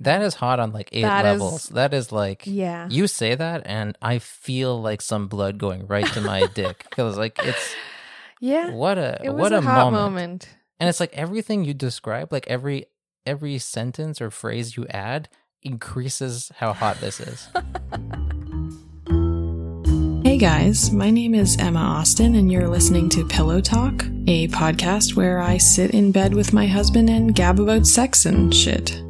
That is hot on like eight That is- levels. that is like Yeah. You say that, and I feel like some blood going right to my dick because like it's Yeah. what a It was what a, a, moment. hot moment. and it's like everything you describe, like every every sentence or phrase you add increases how hot this is. Hey guys, my name is Emma Austin, and you're listening to Pillow Talk, a podcast where I sit in bed with my husband and gab about sex and shit.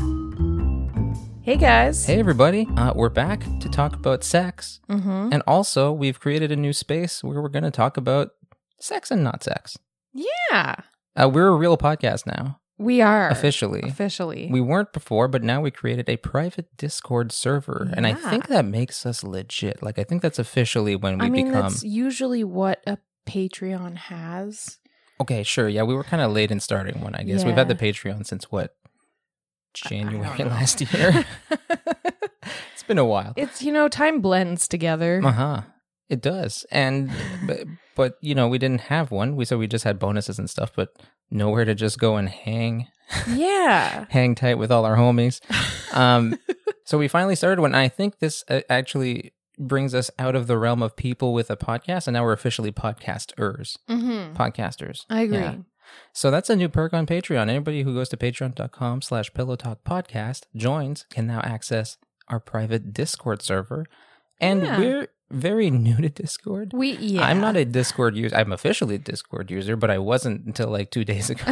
Hey guys. hey everybody, uh, we're back to talk about sex, Mm-hmm. and also we've created a new space where we're going to talk about sex and not sex. Yeah. Uh, we're a real podcast now, We are officially. Officially. We weren't before, but now we created a private Discord server, and I Yeah. think that makes us legit. Like I think that's officially when we I mean, become. that's usually what a Patreon has. Okay, sure. Yeah, we were kind of late in starting one. I guess we've had Yeah. the Patreon since what I don't January know. last year. it's been a while. it's you know, time blends together. Uh huh. It does, and but, but you know we didn't have one. We so we just had bonuses and stuff, but nowhere to just go and hang yeah. hang tight with all our homies. Um, so we finally started one. And I think this uh, actually brings us out of the realm of people with a podcast, and now we're officially podcasters, Mm-hmm. podcasters. I agree. Yeah. So that's a new perk on Patreon. Anybody who goes to patreon.com slash pillow talk podcast joins can now access our private Discord server. And Yeah. we're very new to Discord. We yeah. I'm not a Discord user. I'm officially a Discord user, but I wasn't until like two days ago.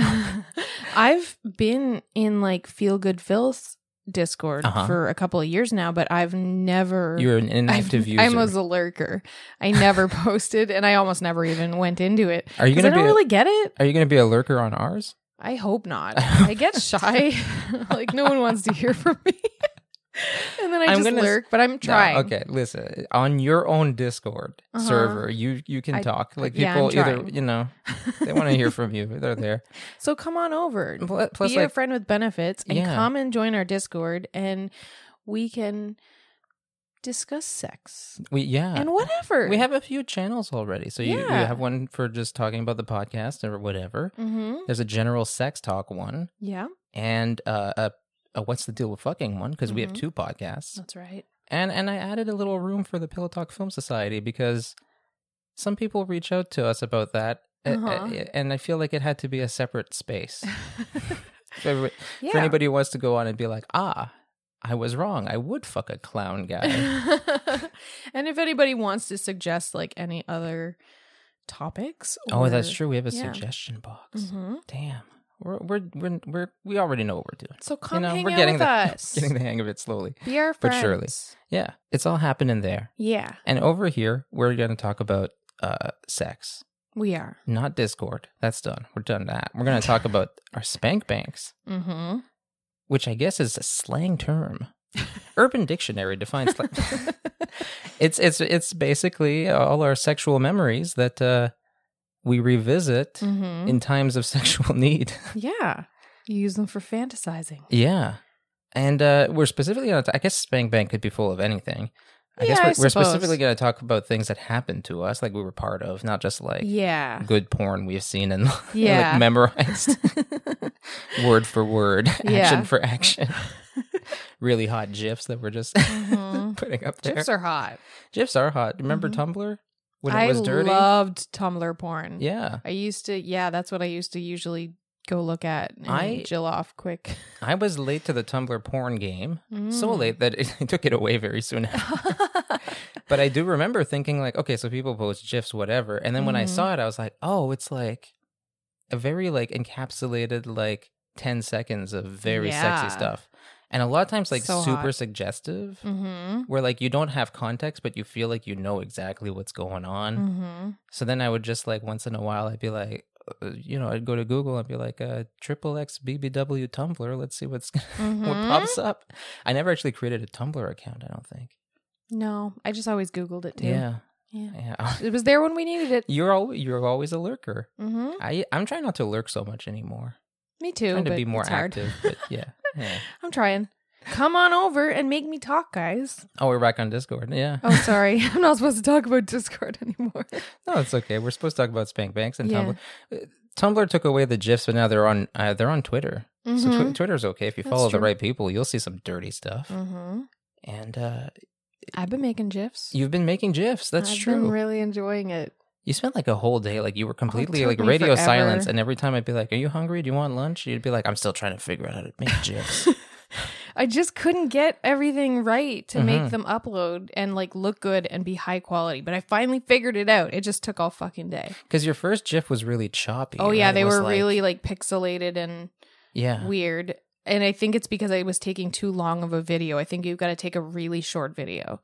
I've been in like Feel Good Phil's Discord Uh-huh. for a couple of years now, but I've never You're an I've- inactive user. I was a lurker. I never posted and I almost never even went into it. Are you 'Cause gonna I don't be a- really get it. Are you going to be a lurker on ours? I hope not. I get shy. like no one wants to hear from me. and then I I'm just gonna s- lurk, but I'm trying. No, okay, listen. On your own Discord Uh-huh. server, you you can I- talk. Like yeah, I'm people either trying. you know they want to hear from you. They're there. So come on over. Pl- Plus, be a like, friend with benefits and Yeah. come and join our Discord and we can discuss sex we yeah. and whatever. we have a few channels already. So you, you Yeah. have one for just talking about the podcast or whatever. hmm There's a general sex talk one Yeah, and uh, a, a what's the deal with fucking one because we have Mhm. two podcasts. that's right. And and I added a little room for the Pillow Talk Film Society because some people reach out to us about that, a- a- Uh-huh. and I feel like it had to be a separate space for, everybody- for Yeah. anybody who wants to go on and be like, ah, I was wrong. I would fuck a clown guy. and if anybody wants to suggest like any other topics, oh, that's or- true. We have a yeah. suggestion box. Mhm. Damn, we're we're we're we're we already know what we're doing. So come you know, hang we're out getting with the us. getting the hang of it slowly. Be our but friends. surely. Yeah, it's all happening there. Yeah, And over here, we're going to talk about uh, sex. we are. Not Discord. That's done. We're done that. We're going to talk about our spank banks, Mm-hmm. which I guess is a slang term. Urban Dictionary defines slang. it's it's it's basically all our sexual memories that uh, we revisit mm-hmm. in times of sexual need. Yeah, you use them for fantasizing. yeah, and uh, we're specifically going to. I guess spank bank could be full of anything. I Yeah, I guess we're, we're suppose. specifically going to talk about things that happened to us, like we were part of, not just like yeah. good porn we've seen and Yeah. like memorized word for word, Yeah. action for action. really hot gifs that we're just Mhm. putting up there. Gifs are hot. GIFs are hot. Remember Mhm. Tumblr when I it was dirty? loved Tumblr porn. yeah, I used to, yeah, that's what I used to usually go look at and I- jill off quick. I was late to the Tumblr porn game. So Mm. late that it, I took it away very soon. but I do remember thinking like, okay, so people post gifs, whatever. And then when I Mhm. saw it, I was like, oh, it's like a very like encapsulated like ten seconds of very Yeah. sexy stuff. And a lot of times like So super hot. suggestive, Mm-hmm. where like you don't have context, but you feel like you know exactly what's going on. Mm-hmm. So then I would just like once in a while, I'd be like. uh, You know, I'd go to Google and be like, uh, "Triple X BBW Tumblr." Let's see what's what Mhm. pops up. I never actually created a Tumblr account. I don't think. No, I just always Googled it too. Yeah, Yeah. yeah. It was there when we needed it. You're al- you're always a lurker. Mm-hmm. I I'm trying not to lurk so much anymore. Me too. trying to but be more it's hard. active, but yeah. yeah. I'm trying. Come on over and make me talk, guys. Oh, we're back on Discord. Yeah. Oh, sorry. I'm not supposed to talk about Discord anymore. No, it's okay. We're supposed to talk about spank banks and Yeah. Tumblr. Uh, Tumblr took away the gifs, but now they're on uh, they're on Twitter. Mm-hmm, So tw- Twitter's okay if you That's follow the true. right people. You'll see some dirty stuff. hmm And uh, I've been making gifs. you've been making gifs. That's I've true. been really enjoying it. you spent like a whole day, like you were completely Oh, took like me radio silence. forever. And every time I'd be like, "Are you hungry? Do you want lunch?" You'd be like, "I'm still trying to figure out how to make gifs." I just couldn't get everything right to Mhm. make them upload and like look good and be high quality. But I finally figured it out. It just took all fucking day. Because your first gif was really choppy. Oh yeah, right? It they was, were like- really like pixelated and yeah. weird. And I think it's because I was taking too long of a video. I think you've got to take a really short video.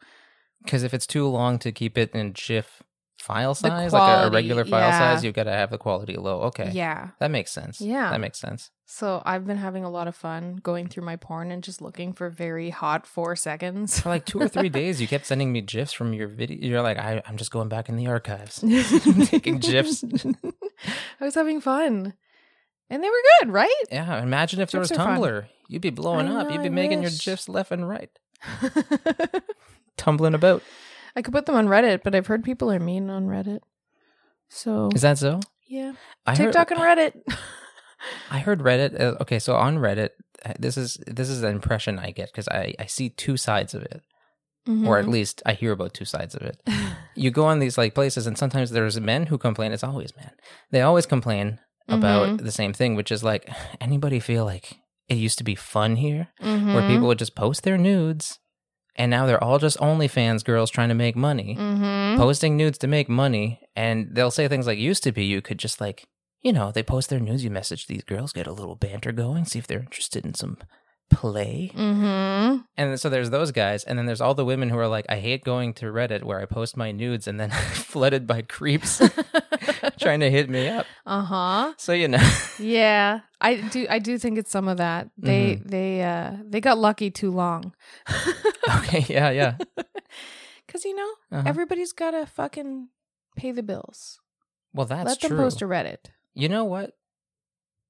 Because if it's too long to keep it in GIF file The size, like a- a, quality, regular file yeah. size, you've got to have the quality low. Okay. Yeah. That makes sense. Yeah. That makes sense. So I've been having a lot of fun going through my porn and just looking for very hot four seconds. For like two or three days, you kept sending me GIFs from your video. You're like, I, I'm just going back in the archives. taking Taking GIFs. I was having fun. And they were good, right? Yeah. Imagine if there was GIFs are fun. Tumblr. You'd be blowing I up. know, You'd be I making wish. your GIFs left and right, tumbling about. I could put them on Reddit, but I've heard people are mean on Reddit. So Is that so? yeah, I TikTok heard, and Reddit. I heard Reddit. Uh, okay, so on Reddit, uh, this is this is the impression I get because I I see two sides of it, or Mm-hmm. at least I hear about two sides of it. Mhm. you go on these like places and sometimes there's men who complain it's always men they always complain about the same thing which is like anybody feel like it used to be fun here where Mhm. people would just post their nudes and now they're all just OnlyFans girls trying to make money Mhm. posting nudes to make money and they'll say things like used to be you could just like you know they post their nudes you message these girls get a little banter going see if they're interested in some play Mhm. and so there's those guys, and then there's all the women who are like, I hate going to Reddit where I post my nudes and then flooded by creeps Mm-hmm. trying to hit me up. Uh huh. So you know, Yeah, I do. I do think it's some of that. They Mm-hmm. they uh they got lucky too long. okay, yeah, yeah. Cause you know Uh-huh. everybody's gotta fucking pay the bills. well, that's Let them true. post a Reddit. you know what?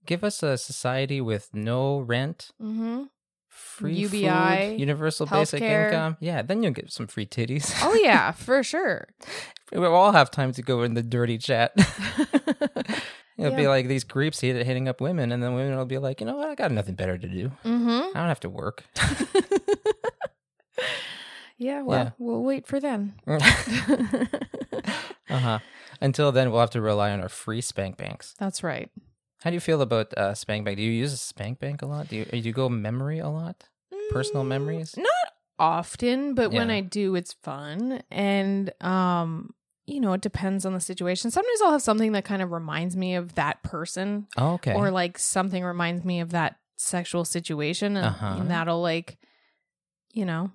Give us a society with no rent, Mm-hmm. free UBI, food, universal basic healthcare. income. Yeah, then you'll get some free titties. Oh yeah, for sure. We'll all have time to go in the dirty chat. It'll be Yeah. like these creeps hit, hitting up women, and then women will be like, you know what? I got nothing better to do. Mm-hmm. I don't have to work. Yeah. Well, Yeah. we'll wait for then. Uh huh. Until then, we'll have to rely on our free spank banks. That's right. How do you feel about uh, spank bank? Do you use a spank bank a lot? Do you, uh, do you go memory a lot? Personal Mm, memories? Not often, but when Yeah. I do, it's fun. And um, you know, it depends on the situation. Sometimes I'll have something that kind of reminds me of that person, Oh, okay. or like something reminds me of that sexual situation, and, Uh-huh. and that'll like, you know,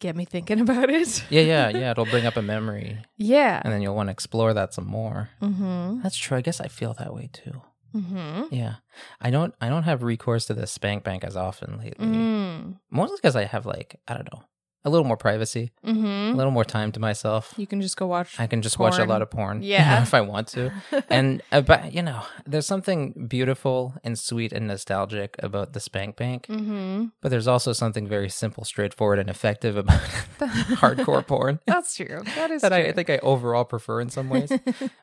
get me thinking about it. yeah, yeah, yeah. It'll bring up a memory, yeah. and then you'll want to explore that some more. Mm-hmm. That's true. I guess I feel that way too. Mm-hmm. Yeah, I don't. I don't have recourse to the spank bank as often lately. Mm. Mostly because I have like I don't know, a little more privacy, a Mm-hmm. little more time to myself. You can just go watch. I can just watch a Porn. lot of porn. you Yeah. know, if I want to. and uh, but you know, there's something beautiful and sweet and nostalgic about the spank bank, mm-hmm. but there's also something very simple, straightforward, and effective about hardcore porn That's true. That is that I, I true. think I overall prefer in some ways.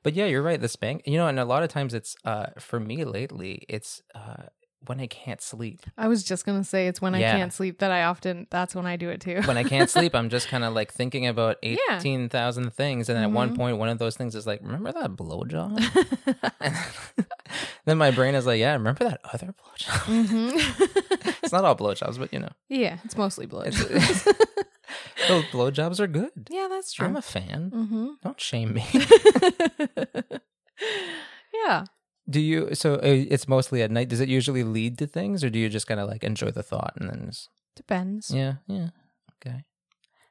but yeah, you're right. The spank, you know, and a lot of times it's uh for me lately, it's uh when I can't sleep. I was just gonna say it's when Yeah. I can't sleep that I often. That's when I do it too. When I can't sleep, I'm just kind of like thinking about Yeah. Mm-hmm. 18,000 things. And then at one point, one of those things is like, remember that blowjob? And then my brain is like, yeah, remember that other blowjob? mm-hmm. It's not all blowjobs, but you know, yeah, it's mostly blood. It's- those blowjobs are good. yeah, that's I'm true. a fan. mm-hmm. Don't shame me. yeah. Do you? So uh, it's mostly at night. Does it usually lead to things, or do you just kind of like enjoy the thought and then? Just, Depends. yeah, yeah, okay.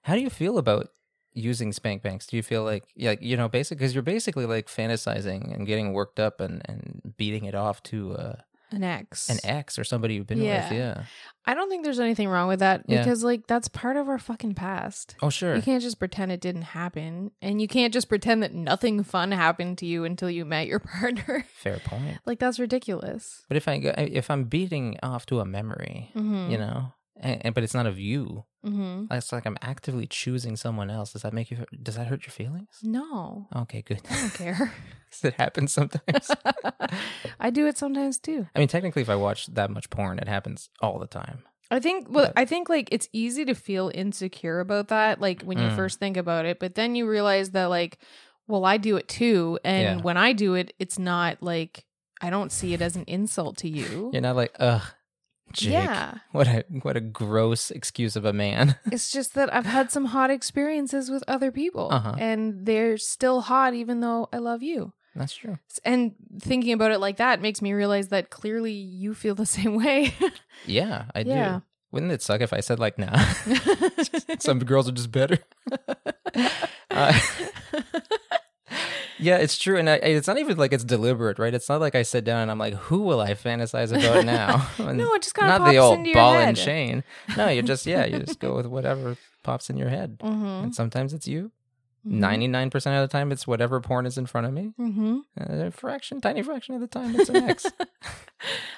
How do you feel about using spank banks? Do you feel like, yeah, like, you know, basic because you're basically like fantasizing and getting worked up and and beating it off to uh, An ex. an ex or somebody you've been Yeah. with. Yeah. I don't think there's anything wrong with that Yeah. because like that's part of our fucking past. Oh sure. You can't just pretend it didn't happen. And you can't just pretend that nothing fun happened to you until you met your partner. Fair point. like, that's ridiculous. But if I go, if I'm beating off to a memory, Mhm. you know, and, and but it's not of you. Mm-hmm. It's like I'm actively choosing someone else. Does that make you? Does that hurt your feelings? No, Okay, good. I don't care. 'Cause it happens sometimes. I do it sometimes too. I mean, technically, if I watch that much porn, it happens all the time. I think well But- I think like it's easy to feel insecure about that like when you Mm. first think about it but then you realize that like well I do it too and Yeah. when I do it it's not like I don't see it as an insult to you. You're not like, ugh, Jake. Yeah. What a what a gross excuse of a man. It's just that I've had some hot experiences with other people Uh-huh. and they're still hot even though I love you. That's true. S- And thinking about it like that makes me realize that clearly you feel the same way. Yeah, I Yeah. do. Wouldn't it suck if I said like, nah? Some girls are just better. Uh, yeah, it's true, and I, it's not even like it's deliberate, right? It's not like I sit down and I'm like, who will I fantasize about now? And no, it just kind of not pops the old into your ball head. and chain. No, you just yeah, you just go with whatever pops in your head, Mm-hmm. and sometimes it's you. 99% of the time, it's whatever porn is in front of me. Mm-hmm. Uh, a fraction, tiny fraction of the time, it's an X.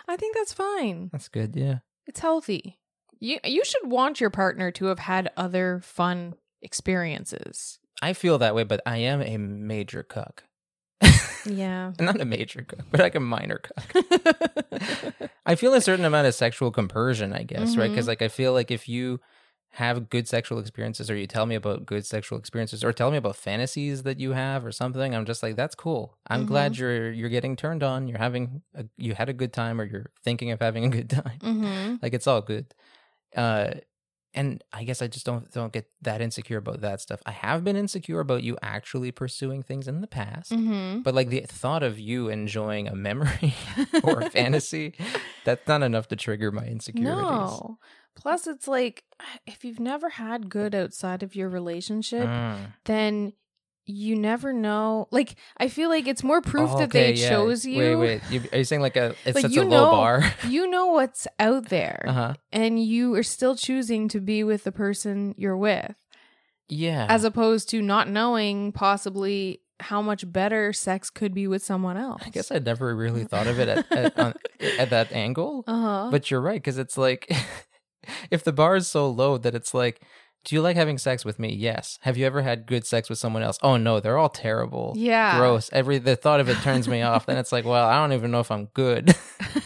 I think that's fine. That's good, yeah. It's healthy. You you should want your partner to have had other fun experiences. I feel that way, but I am a major cuck. Yeah. Not a major cuck, but like a minor cuck. I feel a certain amount of sexual compersion, I guess, right? Because like I feel like if you have good sexual experiences or you tell me about good sexual experiences or tell me about fantasies that you have or something, I'm just like, that's cool. I'm glad you're you're getting turned on. You're having a, you had a good time or you're thinking of having a good time. Mm-hmm. like it's all good uh and i guess i just don't don't get that insecure about that stuff i have been insecure about you actually pursuing things in the past Mm-hmm. but like the thought of you enjoying a memory or a fantasy that's not enough to trigger my insecurities No. Plus, it's like if you've never had good outside of your relationship, Mm. then you never know. Like I feel like it's more proof that they Okay, yeah. chose you. wait wait you, are you saying like a it's Like, such you a low know- bar You know what's out there, uh-huh and you are still choosing to be with the person you're with. yeah as opposed to not knowing possibly how much better sex could be with someone else. I guess i never really thought of it at, at, on, at that angle Uh huh. But you're right because it's like if the bar is so low that it's like, do you like having sex with me? Yes. Have you ever had good sex with someone else? Oh no, they're all terrible. yeah, Gross. Every the thought of it turns me off. Then it's like, well, I don't even know if I'm good.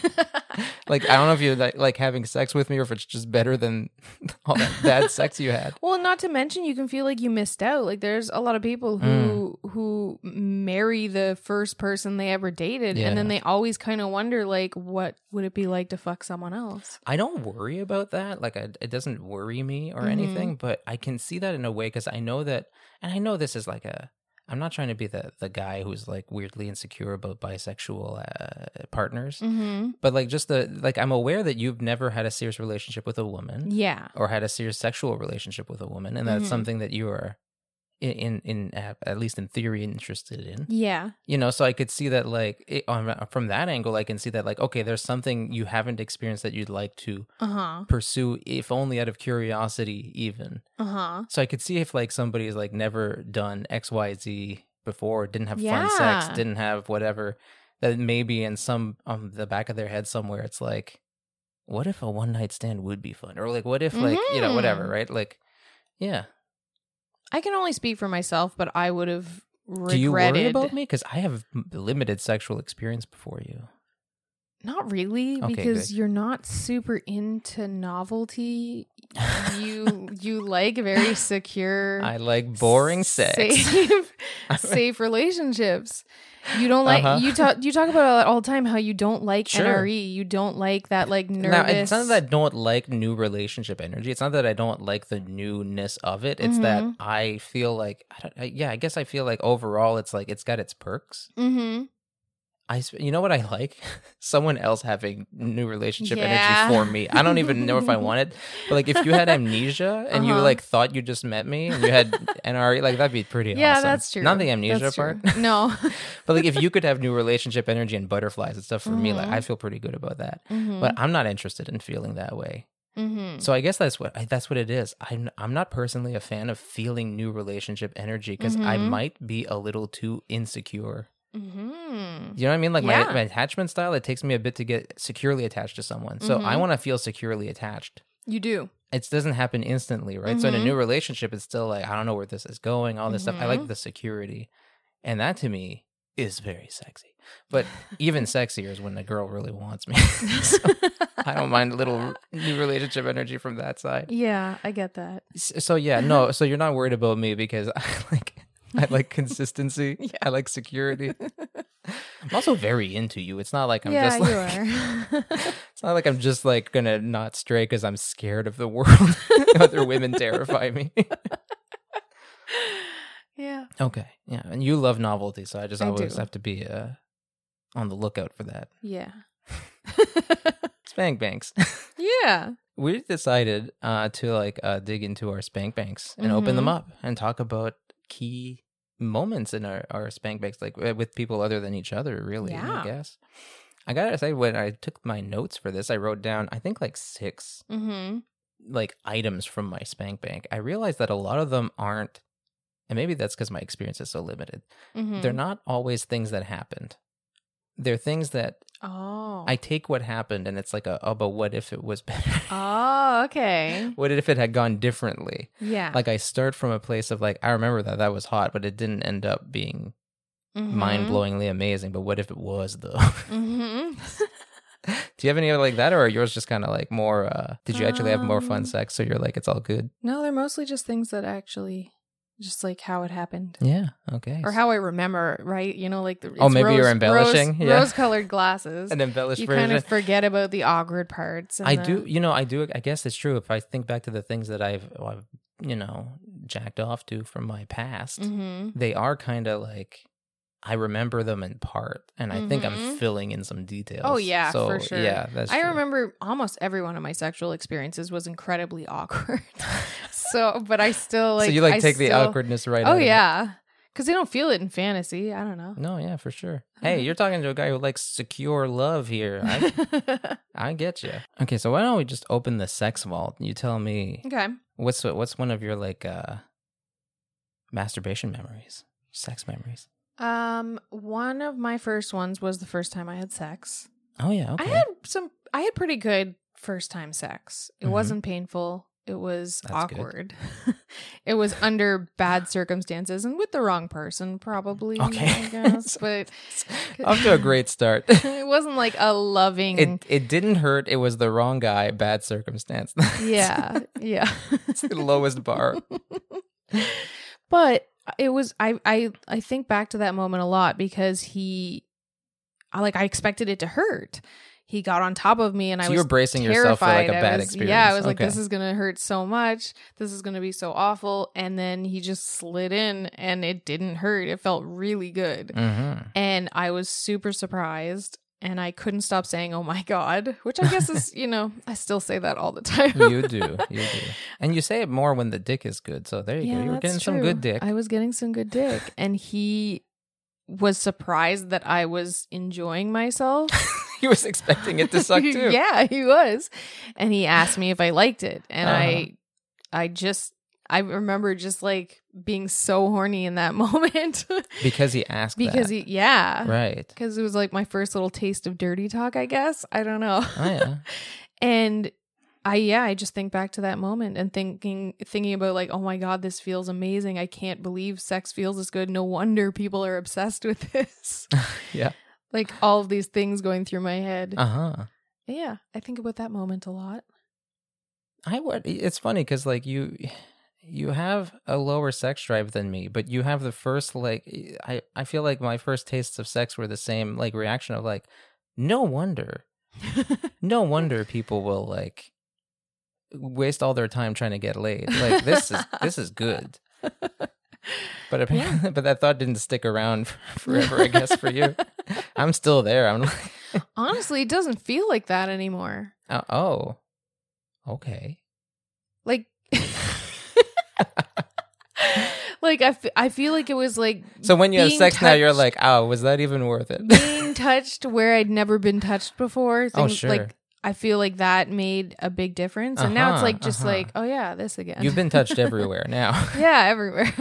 like I don't know if you like like having sex with me or if it's just better than all that bad sex you had. well, not to mention you can feel like you missed out. Like there's a lot of people who Mm. who marry the first person they ever dated, and then they always kind of wonder like, what would it be like to fuck someone else? I don't worry about that. Like, I, it doesn't worry me or Mhm. anything, but I can see that in a way because I know that, and I know this is like a. I'm not trying to be the the guy who's like weirdly insecure about bisexual uh, partners, Mm-hmm. but like just the like I'm aware that you've never had a serious relationship with a woman Yeah. or had a serious sexual relationship with a woman, and that's Mhm. something that you are in in, in at, at least in theory interested in Yeah. you know so i could see that like it, on, uh, from that angle i can see that like okay there's something you haven't experienced that you'd like to Uh huh. pursue if only out of curiosity even Uh huh. so i could see if like somebody has like never done xyz before didn't have fun Yeah. sex didn't have whatever that maybe in some on the back of their head somewhere it's like what if a one night stand would be fun or like what if like you know whatever Mhm. right like yeah I can only speak for myself, but I would have regretted. do you worry about me because i have m- limited sexual experience before you Not really, Okay, because good. you're not super into novelty. You you like very secure, i like boring sex safe, safe relationships. You don't like Uh-huh. you talk you talk about it all the time how you don't like Sure. NRE. You don't like that like nervous. Now, it's not that I don't like new relationship energy. It's not that I don't like the newness of it. It's that Mhm. I feel like, I don't, I, yeah, I guess I feel like overall it's like it's got its perks. Mm-hmm. I, sp- you know what I like? Someone else having new relationship Yeah. energy for me. I don't even know if I want it. But like, if you had amnesia and you Uh-huh. like thought you just met me and you had NRE, like that'd be pretty Yeah, awesome. that's true. Not the amnesia That's part. true. No. But like, if you could have new relationship energy and butterflies and stuff for me, like Mhm. I feel pretty good about that. hmm But I'm not interested in feeling that way. hmm So I guess that's what I, that's what it is. I'm I'm not personally a fan of feeling new relationship energy because I Mhm. might be a little too insecure. hmm You know what I mean? Like Yeah. my, my attachment style, it takes me a bit to get securely attached to someone. So I Mhm. want to feel securely attached. You do. it doesn't happen instantly, right? So in a Mhm. new relationship, it's still like I don't know where this is going, all this stuff. I like Mhm. the security, and that to me is very sexy. But even sexier is when the girl really wants me. So I don't mind a little new relationship energy from that side. Yeah, I get that. S- So yeah, no. So you're not worried about me because I like I like consistency. Yeah. I like security. I'm also very into you. It's not like I'm yeah, just like you are. it's not like I'm just like gonna not stray because I'm scared of the world. Other women terrify me. yeah. Okay, yeah, and you love novelty, so I just I always do. have to be uh, on the lookout for that. Yeah. Spank banks. yeah. we decided uh, to like uh, dig into our spank banks and open them Mhm. up and talk about key moments in our, our spank banks, like uh, with people other than each other, really, I Yeah. guess. I gotta say, when I took my notes for this, I wrote down, I think, like six Mm-hmm. like items from my spank bank. I realized that a lot of them aren't, and maybe that's because my experience is so limited. mm-hmm. They're not always things that happened. They're things that Oh. I take what happened and it's like a, oh, but what if it was better? oh, okay. what if it had gone differently? Yeah. Like I start from a place of like, I remember that that was hot, but it didn't end up being mind blowingly amazing. But what if it was though? Mm-hmm. Do you have any other like that or are yours just kind of like more, uh, did you actually have more fun Um, sex? So you're like, it's all good. no, they're mostly just things that actually, just like how it happened. Yeah. Okay. Or how I remember, it, right? You know, like the Oh, it's maybe you're embellishing? Yeah. rose-colored glasses. an embellished you version. kind of forget about the awkward parts. and I the- do, you know, I do. I guess it's true. If I think back to the things that I've, I've you know, jacked off to from my past, Mhm. they are kind of like I remember them in part, and I think I'm Mhm. filling in some details. Oh, yeah, so, for sure. Yeah, that's. I true. remember almost every one of my sexual experiences was incredibly awkward. so, but I still like. so you like I take the still- awkwardness right. out Oh of it. yeah, because they don't feel it in fantasy. I don't know. No, yeah, for sure. Hey, you're talking to a guy who likes secure love here. I, I get you. Okay, so why don't we just open the sex vault? You tell me okay. what's what's one of your like uh masturbation memories, sex memories. Um, one of my first ones was the first time I had sex. Oh yeah, okay. I had some. I had pretty good first time sex. It Mhm. wasn't painful. It was That's good. awkward. it was under bad circumstances and with the wrong person, probably. Okay. I guess, but Off to a great start. it wasn't like a loving. it it didn't hurt. It was the wrong guy, bad circumstance. yeah, yeah. it's the lowest bar. but uh, it was I I I think back to that moment a lot because he I like I expected it to hurt. He got on top of me and I So was you were bracing terrified. yourself for like a I bad was- experience. Yeah, I was like Okay. this is going to hurt so much. This is going to be so awful and then he just slid in and it didn't hurt. It felt really good. Mhm. And I was super surprised and I couldn't stop saying, "Oh my god," which I guess is, you know, I still say that all the time. You do, you do, and you say it more when the dick is good. So there you go. You were that's getting some good true. dick. I was getting some good dick, and he was surprised that I was enjoying myself. he was expecting it to suck too. yeah, he was, and he asked me if I liked it, and Uh-huh. I, I just. I remember just like being so horny in that moment because he asked. because that. he, yeah, right. because it was like my first little taste of dirty talk, I guess. I don't know. Oh yeah. and i yeah i just think back to that moment and thinking thinking about like oh my god this feels amazing i can't believe sex feels this good no wonder people are obsessed with this Yeah. like all of these things going through my head Uh huh. yeah i think about that moment a lot I would. It's funny because like you, you have a lower sex drive than me, but you have the first like I. I feel like my first tastes of sex were the same like reaction of like, no wonder, no wonder people will like waste all their time trying to get laid. Like this is this is good. But apparently, but that thought didn't stick around forever. I guess for you, I'm still there. I'm like, honestly it doesn't feel like that anymore uh, oh, okay. like like I, f- I feel like it was like So when you have Being sex now, you're touched- like, oh, was that even worth it? being touched where I'd never been touched before. Oh, Things sure. like I feel like that made a big difference. And now it's Uh-huh, like just uh-huh. like, oh yeah, this again. You've been touched everywhere now. yeah, everywhere.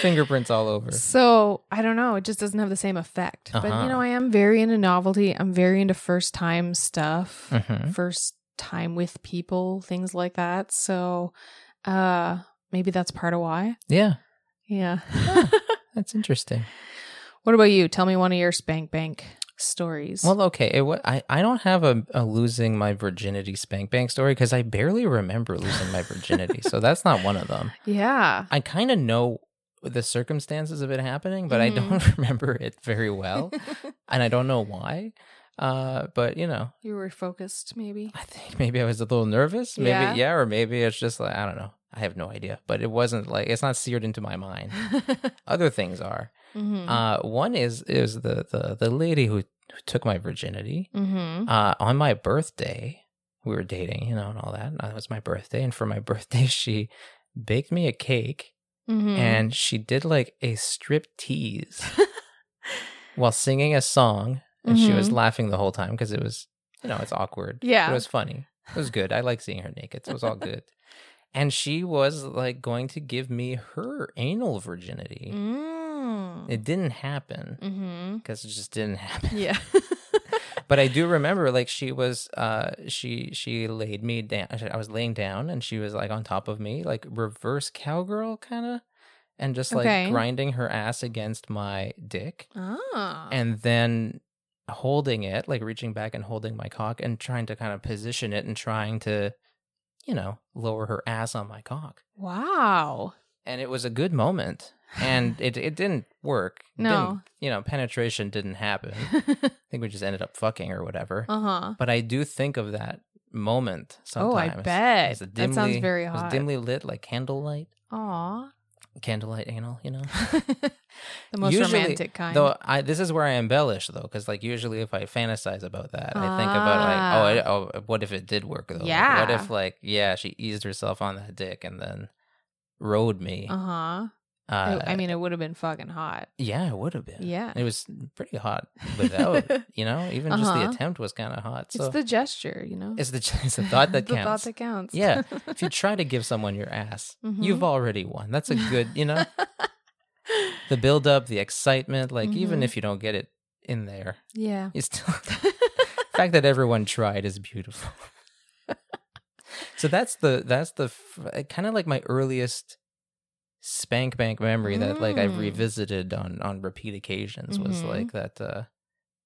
Fingerprints all over. so I don't know, it just doesn't have the same effect. But Uh-huh. you know, I am very into novelty. I'm very into first time stuff. Mhm. First time with people, things like that. So uh maybe that's part of why. Yeah. Yeah. That's interesting. what about you? Tell me one of your spank bank stories. Well, okay. It, wa- I, I don't have a, a losing my virginity spank bank story because I barely remember losing my virginity. so that's not one of them. yeah. I kind of know the circumstances of it happening, but Mhm. I don't remember it very well. and I don't know why. Uh, but, you know, you were focused maybe. I think maybe I was a little nervous. Maybe, Yeah. yeah, or maybe it's just like, I don't know. I have no idea. But it wasn't like, it's not seared into my mind. Other things are. mm-hmm. Uh, one is is the, the, the lady who, who took my virginity mm-hmm. uh, on my birthday, we were dating, you know, and all that. And it was my birthday. And for my birthday, she baked me a cake Mm-hmm. and she did like a strip tease while singing a song. And she was laughing the whole time because it was, you know, it's awkward. but Mm-hmm. Yeah. It was funny. It was good. I like seeing her naked. So it was all good. and she was like going to give me her anal virginity. Mm. It didn't happen mm-hmm. because it just didn't happen. Yeah. but I do remember like she was uh she she laid me down I was laying down and she was like on top of me like reverse cowgirl kind of and just like Okay. grinding her ass against my dick ah. and then holding it like reaching back and holding my cock and trying to kind of position it and trying to you know lower her ass on my cock wow. and it was a good moment and it it didn't work No. didn't, you know penetration didn't happen I uh think we just ended up fucking or whatever huh. but I do think of that moment Uh-huh. Oh, I sometimes. bet. It's a That sounds dimly- very it was hot. dimly lit, like candlelight, Aw. candlelight anal. You know. the most Usually, romantic kind. Though I, this is where I embellish though, because like usually if I fantasize about that, I think about like, oh, I, oh, what if it did work though? Like, Ah. Yeah. what if like, yeah, she eased herself on that dick and then rode me. uh huh. Uh, I mean, it would have been fucking hot. yeah, it would have been. Yeah. it was pretty hot without. you know, even just the Uh-huh. attempt was kind of hot. So it's the gesture, you know. it's the it's the thought that the counts. thought that counts. Yeah. if you try to give someone your ass, Mhm. you've already won. That's a good, you know, the build up, the excitement. Like even Mhm. if you don't get it in there, yeah. you still. the fact that everyone tried is beautiful. so that's the that's the kind of like my earliest spank bank memory that like I've Mm. revisited on on repeat occasions was Mhm. like that uh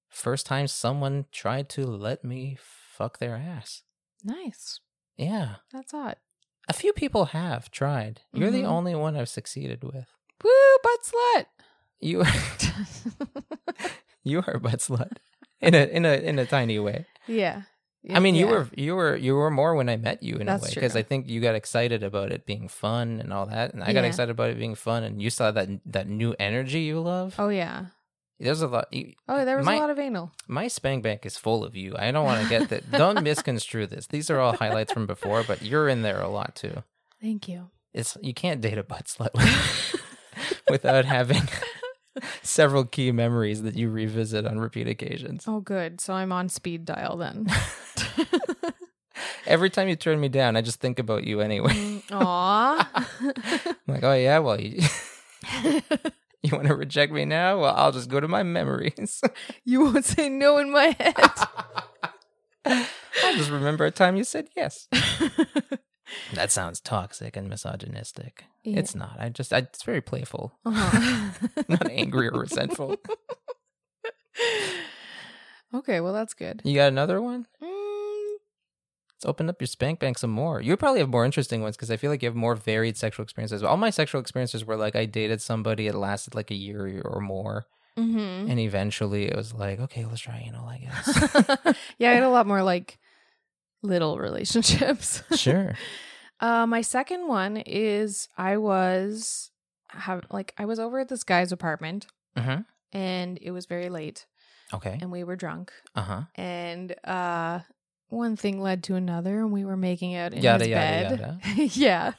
first time someone tried to let me fuck their ass. Nice. Yeah. That's hot. A few people have tried. You're the Mhm. only one I've succeeded with. Woo, butt You slut. you are a butt slut in a in a in a tiny way. yeah. I mean, you Yeah. were you were you were more when I met you in That's a way because true. I think you got excited about it being fun and all that, and I got Yeah. excited about it being fun, and you saw that that new energy you love. Oh yeah. There's a lot. You, Oh, there was my, a lot of anal. my spank bank is full of you. I don't want to get that. don't misconstrue this. These are all highlights from before, but you're in there a lot too. Thank you. It's you can't date a butt slut without having several key memories that you revisit on repeat occasions. Oh, good. So I'm on speed dial then. Every time you turn me down, I just think about you anyway. Mm, Aw. I'm like, oh yeah, well you, you want to reject me now? Well, I'll just go to my memories. you won't say no in my head. I'll just remember a time you said yes. That sounds toxic and misogynistic. Yeah. It's not. I just I, it's very playful. Uh-huh. I'm not angry or resentful. okay, well that's good. You got another one? Mm, Let's open up your spank bank some more. You probably have more interesting ones because I feel like you have more varied sexual experiences. All my sexual experiences were like I dated somebody, it lasted like a year or more, mhm. and eventually it was like, okay, let's try anal, I guess. Yeah, I had a lot more like little relationships. sure. Uh, my second one is I was have like I was over at this guy's apartment hmm and it was very late Okay. and we were drunk Uh huh. and uh one thing led to another and we were making out in Yada, his yada, bed. yeah.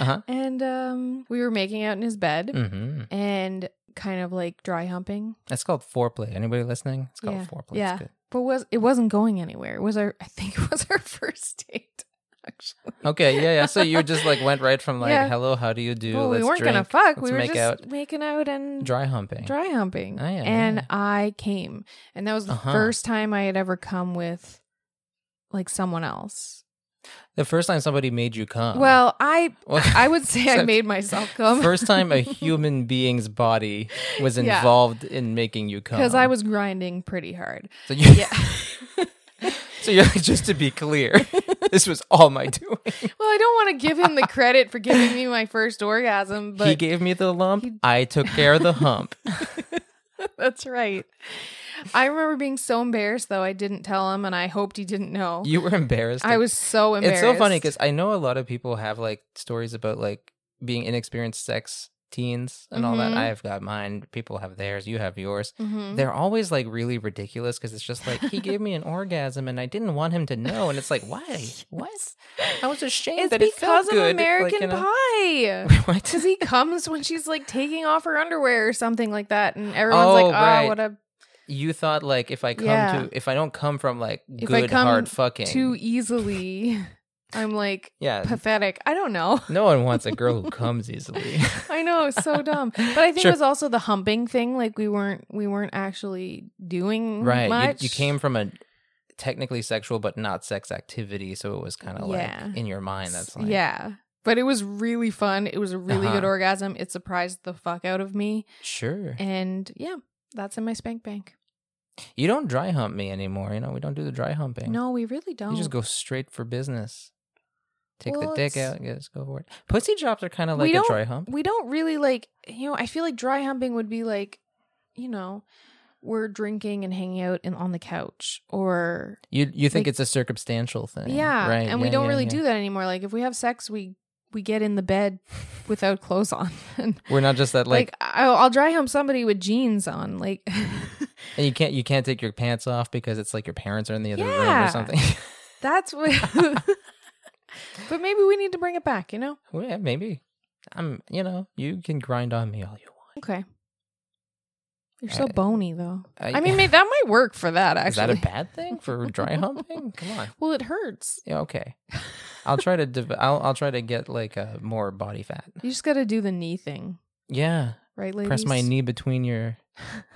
Uh-huh. And um we were making out in his bed Mm-hmm. and kind of like dry humping. That's called foreplay. Anybody listening? It's called Yeah. foreplay. Yeah. It's good. But was it wasn't going anywhere. It was our I think it was our first date actually. Okay. Yeah. Yeah. So you just like went right from like, Yeah. hello, how do you do? well, we Let's weren't gonna drink. fuck. Let's We were make just out. making out and Dry humping. dry humping. Oh, yeah, and yeah. I came. And that was the Uh-huh. first time I had ever come with like someone else. The first time somebody made you come. well, I Well, I would say I Uh-huh. so- made myself come First time a human being's body was Yeah. involved in making you come. because I was grinding pretty hard. So, you, Yeah. so you're like, just to be clear, this was all my doing. Well, I don't want to give him the credit for giving me my first orgasm, but he gave me the lump. he- I took care of the hump. that's right. I remember being so embarrassed though I didn't tell him and I hoped he didn't know. You were embarrassed. I was so It's embarrassed. so funny because I know a lot of people have like stories about like being inexperienced sex teens and all that. Mhm. I've got mine. People have theirs. You have yours. Mhm. They're always like really ridiculous because it's just like he gave me an orgasm and I didn't want him to know. And it's like, why? What? I was ashamed It's that it felt because of good. American Pie. Pie. what? Because he comes when she's like taking off her underwear or something like that, and everyone's Oh, like, "Oh, right. what a You thought like if I come Yeah. to if I don't come from like If I good come hard fucking too easily." I'm like yeah. pathetic. I don't know. no one wants a girl who comes easily. I know, it's so dumb. But I think Sure. it was also the humping thing. Like we weren't we weren't actually doing right Much. You, you came from a technically sexual but not sex activity so it was kind of Yeah. like in your mind that's like yeah. But it was really fun. It was a really good Uh-huh. orgasm. It surprised the fuck out of me. sure And yeah, that's in my spank bank. you don't dry hump me anymore you know we don't do the dry humping No, we really don't. you just go straight for business take Well, the dick it's- out and just go for it pussy drops are kind of We like a don't- dry hump we don't really like you know i feel like dry humping would be like you know we're drinking and hanging out and on the couch or you you think like- it's a circumstantial thing yeah right and we yeah, don't yeah, really yeah. do that anymore like if we have sex we we get in the bed without clothes on and we're not just that like, like, I'll, I'll dry hump somebody with jeans on like and you can't you can't take your pants off because it's like your parents are in the other room Yeah. or something that's what but maybe we need to bring it back you know well, yeah maybe i'm you know you can grind on me all you want okay you're so Uh, bony though i mean may- that might work for that actually Is that a bad thing for dry humping? Come on. well it hurts Yeah, okay. I'll try to. Div- I'll I'll try to get like a more body fat. You just got to do the knee thing, Yeah. right, ladies? Press my knee between your